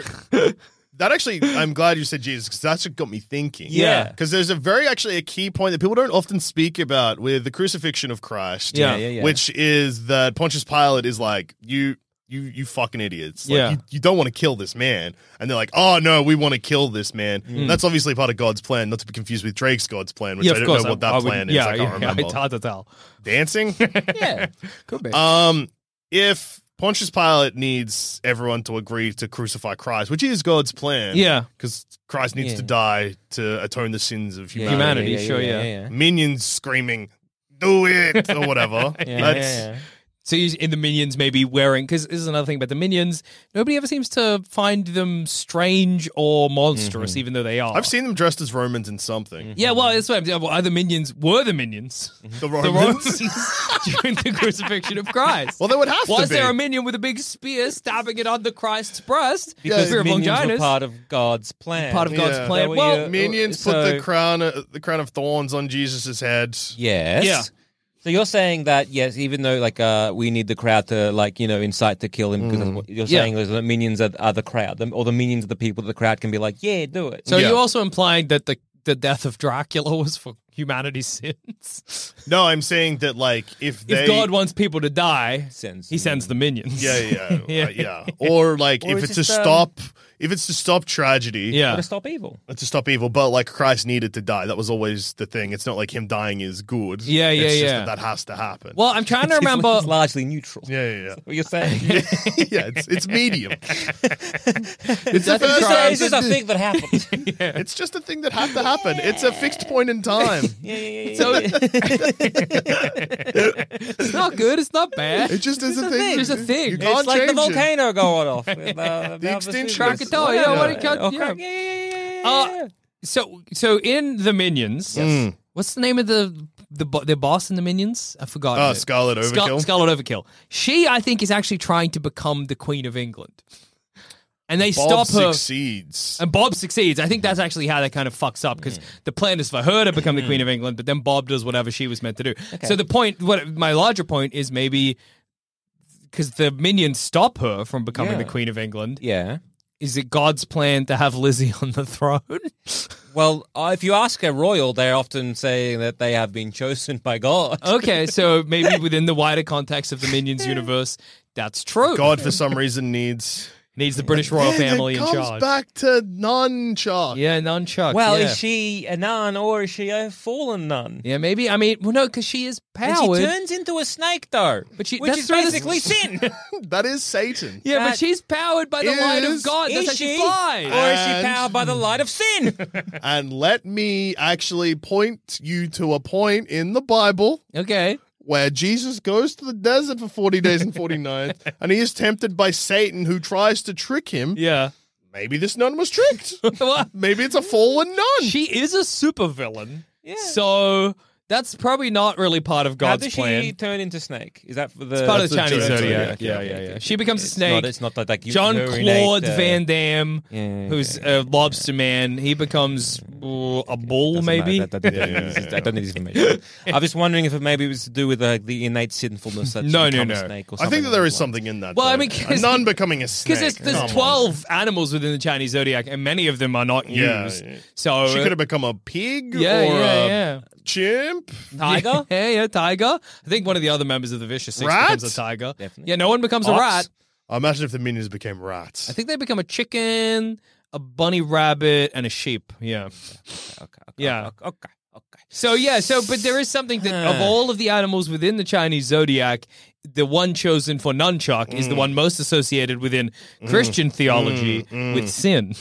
E: that actually, I'm glad you said Jesus because that's what got me thinking.
G: Yeah.
E: Because there's a very actually a key point that people don't often speak about with the crucifixion of Christ.
F: Yeah.
G: Yeah, yeah, yeah.
E: Which is that Pontius Pilate is like you. You, you fucking idiots. Like,
F: Yeah.
E: You, you don't want to kill this man. And they're like, oh, no, we want to kill this man. That's obviously part of God's plan, not to be confused with Drake's God's plan, which
F: Mm. yeah,
E: I
F: of
E: don't
F: course.
E: know what
F: I-
E: that
F: I would-
E: plan is.
F: Yeah,
E: I
F: yeah,
E: can't remember.
F: It's hard to tell.
E: Dancing?
G: yeah,
F: Could be.
E: Um, if Pontius Pilate needs everyone to agree to crucify Christ, which is God's plan,
F: Yeah.
E: because Christ needs
G: Yeah.
E: to die to atone the sins of humanity.
F: Humanity, sure, yeah.
E: Minions screaming, "Do it" or whatever.
G: Yeah,
E: That's
G: yeah, yeah.
F: So he's in the minions, maybe wearing because this is another thing about the minions. Nobody ever seems to find them strange or monstrous, even though they are.
E: Mm-hmm. I've seen them dressed as Romans in something.
F: Mm-hmm. Yeah, well, that's what I'm saying. Well, Either minions were the minions,
E: The
F: the
E: Romans.
F: Romans, during the crucifixion of Christ.
E: Well, they would have to
F: Was there
E: be.
F: a minion with a big spear stabbing it under Christ's breast?
E: Because
F: Spear of
G: Minions were
F: Longinus.
G: part of God's plan.
F: Part of God's
E: Yeah.
F: plan.
G: They were
F: well,
G: your-
E: Minions put
G: So-
E: the crown, uh, the crown of thorns on Jesus' head.
G: Yes.
F: Yeah.
G: So you're saying that yes, even though like uh, we need the crowd to like you know incite to kill him because that's what you're
F: Mm-hmm. Yeah.
G: saying is the minions are, are the crowd, the, or the minions are the people that the crowd can be like, yeah, do it.
F: so
E: Yeah.
F: you're also implying that the the death of Dracula was for humanity's sins.
E: No, I'm saying that like if they
F: if God wants people to die,
G: Sends
F: he sends the minions.
E: Yeah, yeah, yeah.
F: Yeah.
E: uh, yeah. Or like
G: Or
E: if
G: it's
E: it's
G: just,
E: to
G: um,
E: stop, if it's to stop tragedy,
F: Yeah.
G: to stop evil.
E: it's to stop evil. But like Christ needed to die. That was always the thing. It's not like him dying is good.
F: Yeah, yeah,
E: it's just
F: yeah.
E: That, that has to happen.
F: Well, I'm trying to
G: It's-
F: remember.
G: it's largely neutral.
E: yeah, yeah,
G: What you're saying?
E: yeah. yeah it's, it's medium.
F: It's
E: the first time-
G: it's just a thing that happens.
E: It's just a thing that had to happen. It's a fixed point in time.
F: So it's not good. It's not bad.
E: It just is a
F: It's
E: thing.
F: just a thing.
E: You
F: It's
E: can't
G: it's like the
E: change it.
G: volcano going off. with,
E: The
G: uh, Mount
E: extinction.
G: Vesuvius.
F: Krakatoa, yeah, what it
G: Yeah.
F: cut-
G: Oh,
F: yeah.
G: Krak- yeah, yeah, yeah, yeah,
F: Uh,
G: yeah.
F: So so in the minions,
E: Mm.
F: what's the name of the the bo- their boss in the minions? I forgot.
E: Oh, Scarlet Overkill.
F: Scarlet Overkill. She, I think, is actually trying to become the Queen of England, and they
E: Bob
F: stop her.
E: succeeds.
F: And Bob succeeds. I think that's actually how that kind of fucks up because the plan is for her to become the Queen of England, but then Bob does whatever she was meant to do. So the point, what my larger point is maybe because the minions stop her from becoming the Queen of England.
G: Yeah.
F: Is it God's plan to have Lizzie on the throne?
G: Well, uh, if you ask a royal, they often say that they have been chosen by God.
F: okay, so maybe within the wider context of the minions universe, that's true.
E: God, for some reason, needs
F: needs the British royal
E: And it
F: family in
E: comes
F: charge.
E: back to non-charge.
F: Yeah, none Chuck.
G: Well,
F: yeah.
G: is she a nun or is she a fallen nun?
F: Yeah, maybe. I mean, well, no, because she is
G: And she
F: powered.
G: turns into a snake, though,
F: But she-
G: which
F: that's
G: is
F: through the-
G: basically sin.
E: That is Satan.
F: yeah, but
G: that
F: she's powered by the light of
E: is-
F: God. That's
G: is
F: how she
G: she,
F: flies.
G: or is she
E: And-
G: powered by the light of sin?
E: And let me actually point you to a point in the Bible
F: Okay.
E: where Jesus goes to the desert for 40 days and 40 nights, and he is tempted by Satan who tries to trick him.
F: Yeah.
E: Maybe this nun was tricked.
F: Well,
E: Maybe it's a fallen nun.
F: she is a supervillain. Yeah. So that's probably not really part of
G: How
F: God's
G: does
F: plan.
G: she turn into snake? Is that for the
F: it's part
E: That's
F: of the
E: the
F: Chinese
E: Chinese
F: zodiac.
E: zodiac.
F: Yeah,
G: Okay,
F: yeah, yeah.
G: okay,
F: She becomes a
G: It's
F: snake.
G: not- it's not like- like you
F: John
G: urinate,
F: Claude
G: uh,
F: Van Damme,
G: Yeah, yeah,
F: who's
G: yeah,
F: a lobster man. He becomes uh, a bull,
G: Doesn't
F: maybe.
G: matter. That- that- that- this is- I don't need this information. I'm just wondering if it maybe was to do with uh, the innate sinfulness. That she
F: No, no,
G: becomes a
F: no.
G: Snake or
E: I think
G: something
E: that there
G: along
E: is
G: those lines.
E: something in that.
F: Well, I
E: though.
F: mean, 'cause-
E: a nun becoming a snake.
F: Because there's,
E: Come
F: there's
E: on.
F: 12 animals within the Chinese zodiac, and many of them are not
E: Yeah,
F: used.
E: yeah.
F: So
E: She could have become a pig
F: yeah,
E: or uh,
F: yeah,
E: a
F: yeah.
E: chimp.
F: Tiger? Yeah, yeah, tiger. I think one of the other members of the Vicious Six
E: Rat?
F: becomes a tiger.
G: Definitely.
F: Yeah, no one becomes a
G: Ox?
F: rat.
E: I imagine if the minions became rats.
F: I think they become a chicken, a bunny rabbit, and a sheep. Yeah.
G: Okay, okay,
F: Yeah.
G: okay, okay, Oh, okay.
F: So yeah, so but there is something that of all of the animals within the Chinese zodiac, the one chosen for nunchuck is
G: Mm.
F: the one most associated within Christian theology
G: Mm.
F: with sin.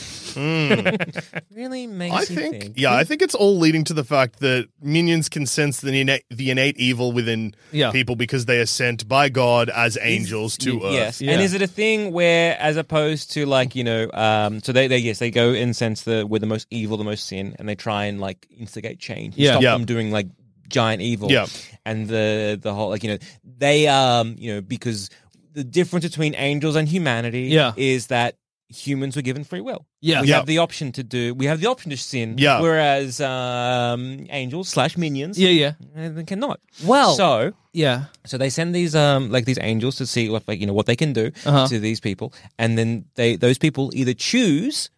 G: Really makes
E: I
G: you
E: think,
G: think.
E: yeah, I think it's all leading to the fact that minions can sense the innate, the innate evil within
F: Yeah.
E: people because they are sent by God as angels to Earth.
G: Yes.
F: Yeah.
G: And is it a thing where, as opposed to like you know, um, so they, they yes they go and sense the we're the most evil, the most sin, and they try and like instigate change, and
F: Yeah.
G: stop
E: Yeah.
G: them doing like giant evil,
E: Yeah.
G: and the the whole like you know they um you know because the difference between angels and humanity
F: Yeah.
G: is that humans were given free will.
F: Yeah.
G: We
E: Yeah.
G: have the option to do. We have the option to sin.
E: Yeah.
G: Whereas um, angels slash minions,
F: Yeah, yeah.
G: uh, they cannot.
F: Well-
G: so
F: Yeah.
G: so they send these um like these angels to see what like you know what they can do
E: Uh-huh.
G: to these people, and then they those people either choose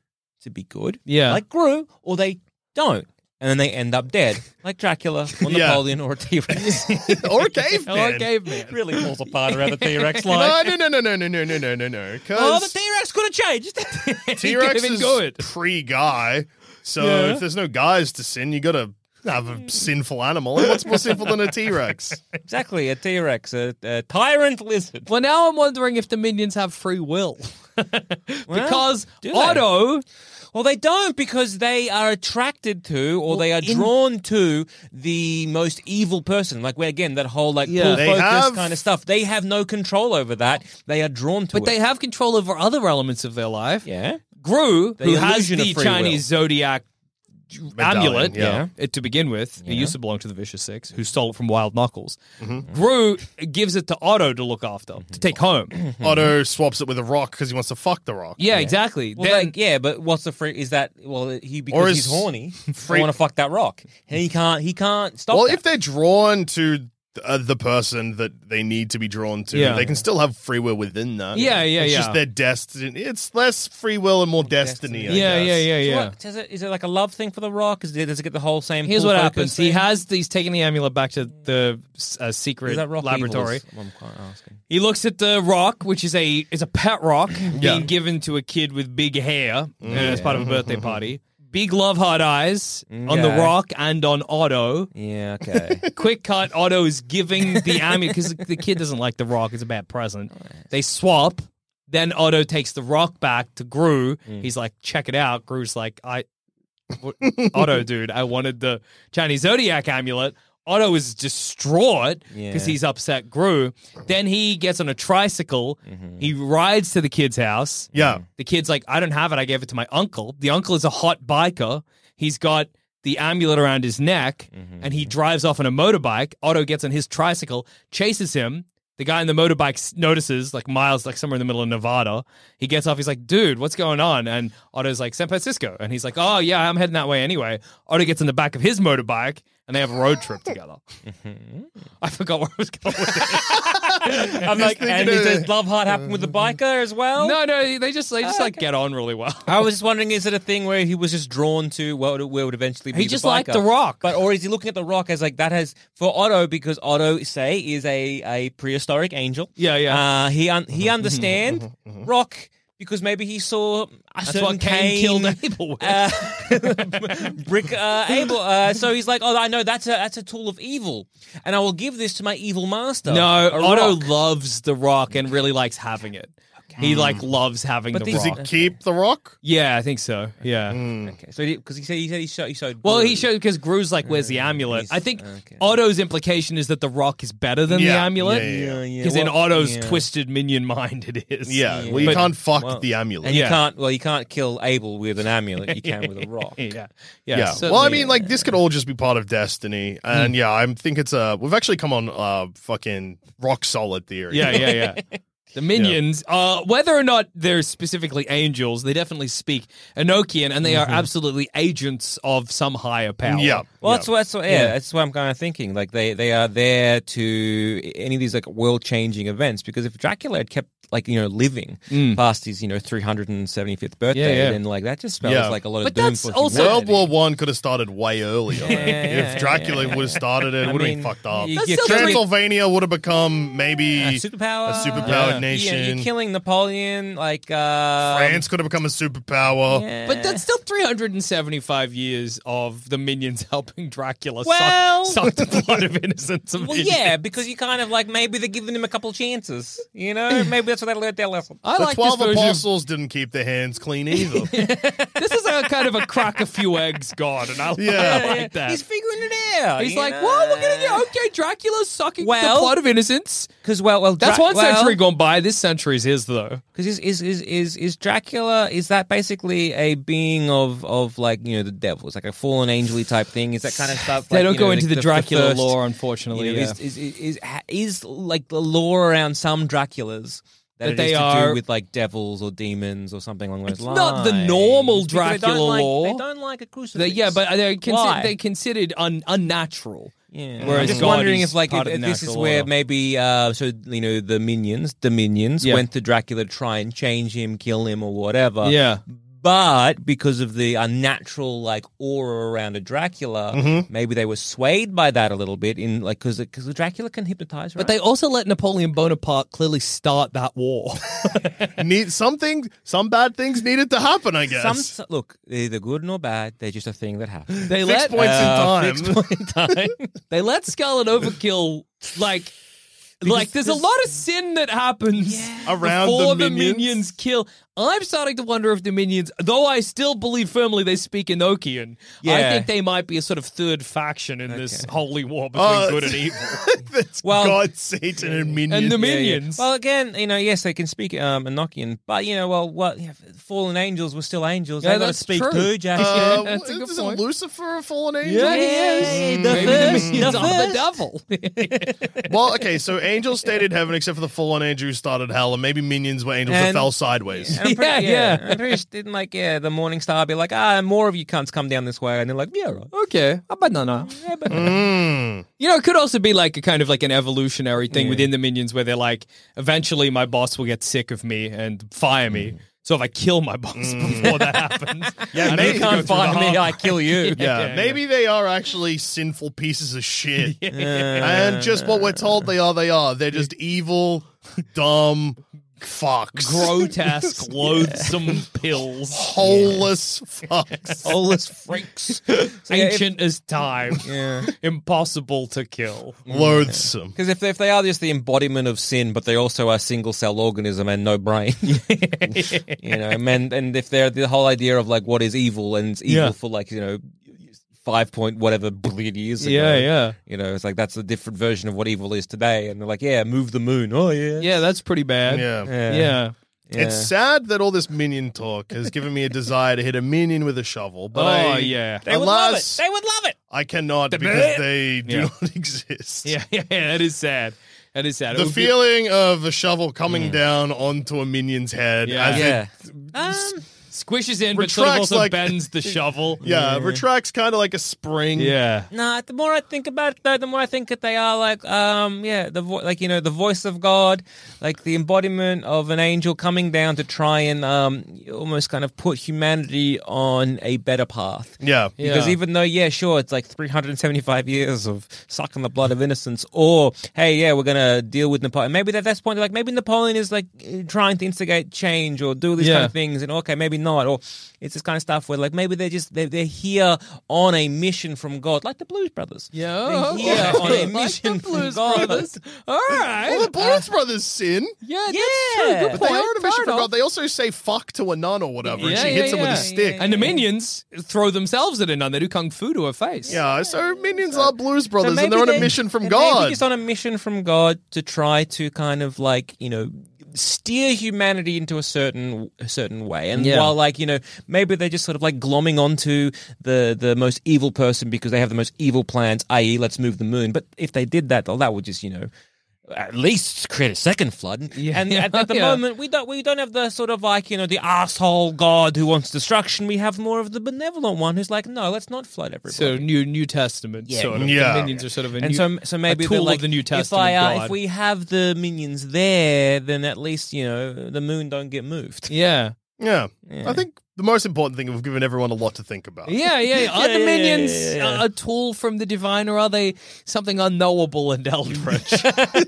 G: to be good,
F: Yeah.
G: like Gru, or they don't, and then they end up dead, like Dracula or
E: Yeah.
G: Napoleon or a T Rex.
E: or a caveman.
F: Hello, caveman.
G: really falls apart around the T Rex
E: No,
G: line.
E: no, no, no, no, no, no, no, no, no, no.
G: Oh, the
E: Because
G: T Rex could have changed.
E: T Rex
F: been
E: is
F: good.
E: pre guy. So
F: Yeah.
E: if there's no guys to sin, you got to have a sinful animal. And what's more sinful than a T Rex?
G: exactly, a T Rex, a, a tyrant lizard.
F: Well, now I'm wondering if the minions have free will. because
G: do they?
F: Otto
G: Well, they don't because they are attracted to or they are
F: in-
G: drawn to the most evil person. Like, where again, that whole like
F: Yeah.
G: pull
E: They
G: focus
E: have-
G: kind of stuff. They have no control over that. They are drawn to
F: But
G: it.
F: they have control over other elements of their life.
G: yeah.
F: Gru,
G: The
F: who has
G: illusion of
F: the
G: free
F: Chinese zodiac amulet,
E: yeah.
F: it- to begin with, it used to belong to the Vicious Six, who stole it from Wild Knuckles.
G: Mm-hmm.
F: Gru gives it to Otto to look after, to take home.
G: hmm.
E: Otto swaps it with a rock because he wants to fuck the rock.
F: yeah, exactly.
G: Well,
F: Then-
G: like, yeah, but what's the free? Is that well? He because
E: Or
G: he's
E: is
G: horny. I
E: free-
G: want to fuck that rock. He can't. He can't stop.
E: Well,
G: that.
E: if they're drawn to uh, the person that they need to be drawn to,
F: Yeah.
E: they can still have free will within that.
F: Yeah, yeah,
E: it's
F: yeah.
E: just their destiny. It's less free will and more destiny. I
F: yeah,
E: guess.
F: yeah, yeah,
G: So
F: yeah.
G: what- does it, is it like a love thing for the rock? Is it, does it get the whole same?
F: Here's
G: pull
F: what
G: focus
F: happens. He
G: thing?
F: has he's taking the amulet back to the uh, secret
G: Is that rock
F: laboratory.
G: evil is what I'm quite asking.
F: He looks at the rock, which is a is a pet rock
E: Yeah.
F: being given to a kid with big hair uh, as part of a birthday party. Big love hard eyes on the
G: Okay.
F: rock and on Otto.
G: Yeah. Okay.
F: Quick cut, Otto is giving the amulet because the kid doesn't like the rock. It's a bad present. They swap. Then Otto takes the rock back to Gru. He's like, check it out. Gru's like, I, what- Otto, dude, I wanted the Chinese zodiac amulet. Otto is distraught
G: Yeah.
F: because he's upset Gru. Then he gets on a tricycle. He rides to the kid's house.
E: Yeah.
F: The kid's like, I don't have it. I gave it to my uncle. The uncle is a hot biker. He's got the amulet around his neck and he drives off on a motorbike. Otto gets on his tricycle, chases him. The guy on the motorbike s- notices, like miles, like somewhere in the middle of Nevada. He gets off. He's like, dude, what's going on? And Otto's like, San Francisco. And he's like, oh, yeah, I'm heading that way anyway. Otto gets in the back of his motorbike and they have a road trip together. I forgot where I was going with this.
G: I'm like, and
E: thinking
G: is
E: of-
G: this love heart happen with the biker as well?
F: No, no, they just they just like get on really well.
G: I was just wondering, is it a thing where he was just drawn to what where would eventually be?
F: He just
G: the biker?
F: liked The Rock.
G: but or is he looking at the rock as like that has for Otto because Otto say is a a prehistoric angel.
F: Yeah, yeah. Mm-hmm.
G: Uh, he un- he understand rock because maybe he saw a
F: That's
G: certain
F: what Cain killed Abel with.
G: uh, brick uh, Abel. Uh, so he's like, oh, I know that's a that's a tool of evil, and I will give this to my evil master.
F: No,
G: a
F: Otto
G: rock."
F: loves The Rock and really likes having it. He like loves having
G: But
F: The
G: these-
E: Does
F: Rock.
E: he keep the rock?
F: Yeah, I think so. Yeah.
E: Hmm.
G: Okay, so because he, said he said he showed, he showed
F: Well, he
G: blue.
F: showed because Gru's like, "Where's the amulet?"
G: he's-
F: I think
G: okay.
F: Otto's implication is that the rock is better than the
E: Yeah,
F: amulet.
E: yeah, yeah,
G: yeah.
F: Because in
G: Well,
F: Otto's
G: yeah.
F: twisted minion mind, it is.
E: Yeah. Well, you
F: But-
E: can't fuck
G: well,
E: the amulet.
G: And
F: Yeah.
G: you can't well you can't kill Abel with an amulet. You can with a rock.
F: yeah,
E: Yeah.
F: yeah.
E: Well, I
F: certainly. Hmm.
E: mean, like this could all just be part of destiny, and yeah, I think it's a. We've actually come on uh fucking rock solid theory.
F: yeah, yeah, yeah. The minions, uh, whether or not they're specifically angels, they definitely speak Enochian, and they
G: Mm-hmm.
F: are absolutely agents of some higher power.
E: Yeah.
G: Well,
E: yeah.
G: that's what, that's what yeah, that's what I'm kind of thinking. Like they they are there to any of these like world changing events because if Dracula had kept like you know living past his you know 375th birthday,
F: Mm. Yeah, yeah.
G: then like that just spells
E: Yeah.
G: like a lot
F: But
G: of doom
F: that's
G: for
F: also-
G: humanity.
E: World War One could have started way earlier.
G: yeah,
E: if Dracula would have started it, it would have been
G: mean,
E: fucked up.
G: you-
F: That's
G: you
F: still
G: can't-
F: pretty-
E: Transylvania would have become maybe
G: a superpower,
E: a superpowered
F: Yeah. um,
E: nation.
G: You are killing Napoleon, like uh,
E: France could have become a superpower.
F: But that's still 375 years of the minions helping Dracula
G: Well-
F: suck, suck the blood of innocence. Of
G: Well,
F: minions.
G: yeah, because you kind of like maybe they're giving him a couple chances, you know. Maybe that's what they learned their lesson.
F: I
E: the
F: like this
E: twelve
F: version.
E: apostles didn't keep their hands clean either.
F: This is a kind of a crack a few eggs god, and I,
E: Yeah.
F: I like that.
G: He's
F: He's,
G: figuring it out. you
F: like,
G: know?
F: well, we're gonna do okay. Dracula's sucking
G: Well-
F: the blood of innocence.
G: Because well, well,
F: That's
G: Dra-
F: one
G: well,
F: century gone by. This century's his though.
G: Because is, is is is is Dracula? Is that basically a being of of like you know the devil? It's like a fallen angely type thing. Is that kind of stuff?
F: They
G: like,
F: don't
G: you
F: go
G: know,
F: into the, Dracula
G: first-
F: lore,
G: you know,
F: unfortunately. yeah.
G: is, is, is, is ha- is like the lore around some Draculas that,
F: That
G: it is
F: they
G: to
F: are-
G: do with like devils or demons or something along those
F: It's
G: lines.
F: not the normal
G: Because they don't
F: Dracula
G: like-
F: lore.
G: They don't like a crucifix.
F: They- yeah, but they're, consi-
G: Why?
F: they're considered un- unnatural.
G: Yeah.
F: Whereas
G: I'm just
F: God
G: wondering
F: is
G: if like
F: part of
G: if, if
F: the
G: this is
F: natural
G: where
F: order.
G: maybe uh, so you know the minions, the minions
F: Yeah.
G: went to Dracula to try and change him, kill him, or whatever.
F: Yeah.
G: But because of the unnatural like aura around a Dracula,
E: Mm-hmm.
G: maybe they were swayed by that a little bit in like because because Dracula can hypnotize, right?
F: But they also let Napoleon Bonaparte clearly start that war.
E: Need something. Some bad things needed to happen. I guess.
G: some look they're either good nor bad. They're just a thing that happens.
F: They
E: Six
F: let
E: points in
F: uh,
E: time.
F: fixed point in time. they let Scarlet Overkill like like, there's, a lot of sin that happens
E: Around the
F: before the
E: minions.
F: minions. kill. I'm starting to wonder if the minions, though I still believe firmly they speak Enochian, I
G: Yeah.
F: think they might be a sort of third faction in this holy war between
E: Uh,
F: good and evil.
E: That's
G: Well-
E: God, Satan, and minions.
F: And the
G: Yeah, yeah.
F: minions.
G: Well, again, you know, yes, they can speak um, Enochian, but you know, well, what yeah, fallen angels were still angels.
F: Yeah,
G: they got to
F: that's
G: speak
F: true.
G: too, Jack.
E: Uh,
F: Yeah, that's a
E: what-
F: good
E: isn't
F: point.
E: Lucifer a fallen angel?
F: yeah, he
G: Yeah,
F: is.
G: the
F: Maybe
G: first-
F: the minions
G: the
F: are the
G: first.
F: devil.
E: Well, okay, so angels stayed in heaven except for the fallen angel who started hell, and maybe minions were angels that
G: And-
E: fell sideways.
G: And I'm pretty-
F: Yeah, yeah.
G: I'm pretty sure didn't like yeah the morning star be like ah more of you cunts come down this way and they're like yeah right
F: okay, a banana.
E: Mm.
F: You know, it could also be like a kind of like an evolutionary thing within the minions where they're like, eventually my boss will get sick of me and fire me. So if I kill my boss before that happens,
E: Yeah,
F: I
E: maybe-
F: need to go
E: Can't
F: through the
G: find me,
F: hard-
G: I kill you.
E: Yeah, maybe they are actually sinful pieces of shit. And just what we're told they are, they are. They're just evil, dumb fucks.
F: Grotesque, loathsome pills,
E: Holeless fucks.
G: all this freaks yeah, if-
F: ancient as time,
G: yeah
F: impossible to kill.
E: Loathsome.
G: because if, if they are just the embodiment of sin but they also are single cell organism and no brain you know and and if they're the whole idea of like what is evil and it's evil
F: Yeah.
G: for like you know five point whatever billion years ago
F: Yeah, yeah.
G: you know it's like that's a different version of what evil is today and they're like yeah move the moon oh yeah
F: Yeah, that's pretty bad.
E: Yeah.
G: yeah,
F: Yeah. Oh,
E: It's
G: Yeah.
E: sad that all this minion talk has given me a desire to hit a minion with a shovel, but
F: Oh,
E: I,
F: yeah.
E: They would love it.
G: They would love it.
E: I cannot because they do not exist.
F: Yeah, yeah, yeah, that is sad. That is sad. It
E: The
F: would be-
E: feeling of a shovel coming down onto a minion's head
F: Yeah.
E: as it
G: Yeah. Um,
F: squishes in, but sort of
E: Retracts
F: also
E: like-
F: bends the shovel.
E: Yeah, retracts kind of like a spring.
F: Yeah.
G: Nah, the more I think about it, though, the more I think that they are like, um, yeah, the vo- like you know, the voice of God, like the embodiment of an angel coming down to try and um, almost kind of put humanity on a better path.
E: Yeah.
G: Because
F: Yeah.
G: even though, yeah, sure, it's like 375 years of sucking the blood of innocence, or hey, yeah, we're gonna deal with Napoleon. Maybe at that point, like maybe Napoleon is like eh, trying to instigate change or do these
F: Yeah.
G: kind of things, and okay, maybe not, or it's this kind of stuff where like maybe they're just they're, they're here on a mission from God, like the Blues Brothers.
F: Yeah, oh,
G: They're here
F: okay.
G: on a
F: Like the
G: mission from
F: Blues
G: God.
F: Brothers. All right.
E: Well, the Blues Brothers sin.
F: yeah, that's
G: Yeah.
F: true. Good
G: But
E: They
F: point.
E: are on a mission
F: Fair
E: from God.
F: enough.
E: They also say fuck to a nun or whatever, and
F: Yeah,
E: she
F: yeah,
E: hits him with a
F: yeah.
E: stick.
F: And the minions throw themselves at a nun. They do kung fu to her face.
E: Yeah, so minions are Blues
G: So
E: Brothers, and
G: maybe
E: they're on a mission from
G: maybe
E: God.
G: just on a mission from God to try to kind of like you know steer humanity into a certain a certain way. And
F: Yeah.
G: while like you know maybe they're just sort of like glomming onto the the most evil person because they have the most evil plans, i.e., let's move the moon. But if they did that, well, that would just you know. At least create a second flood,
F: Yeah.
G: and at, at the
F: Yeah.
G: moment we don't we don't have the sort of like you know the asshole god who wants destruction. We have more of the benevolent one who's like, no, let's not flood everybody.
F: So New New Testament
G: Yeah.
F: sort of.
E: Yeah.
F: The minions are sort of a
G: And
F: new,
G: so, so maybe
F: a
G: they're
F: tool
G: like,
F: of the New Testament.
G: If, I, uh,
F: God.
G: if we have the minions there, then at least you know the moon don't get moved.
F: yeah.
E: yeah. I think the most important thing we've given everyone a lot to think about.
F: Yeah, yeah. yeah. Are
G: Yeah,
F: the
G: yeah, yeah,
F: minions
G: yeah, yeah, yeah.
F: a- a tool from the divine, or are they something unknowable and eldritch? I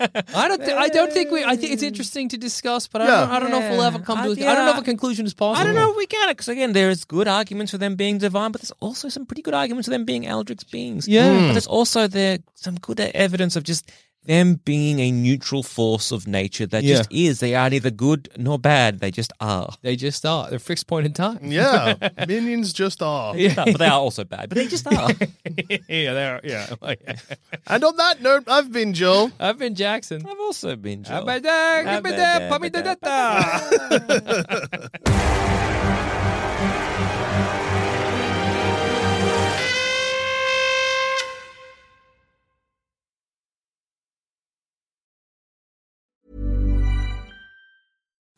F: don't. Th- I don't think we. I think it's interesting to discuss, but I
E: Yeah.
F: don't. I don't know if we'll ever come to.
G: I-
F: a- I don't know if
G: yeah.
F: a conclusion is possible.
G: I don't know if we can, because again, there's good arguments for them being divine, but there's also some pretty good arguments for them being Eldritch beings.
F: Yeah.
G: but there's also there some good evidence of just them being a neutral force of nature that
F: Yeah.
G: just is. They are neither good nor bad; they just are.
F: They just are. They're fixed point in time.
E: Yeah, minions just are.
G: Yeah, but they are also bad. But they just are.
F: yeah, they are. Yeah.
E: And on that note, I've been Joel.
F: I've been Jackson.
G: I've also been. Joel.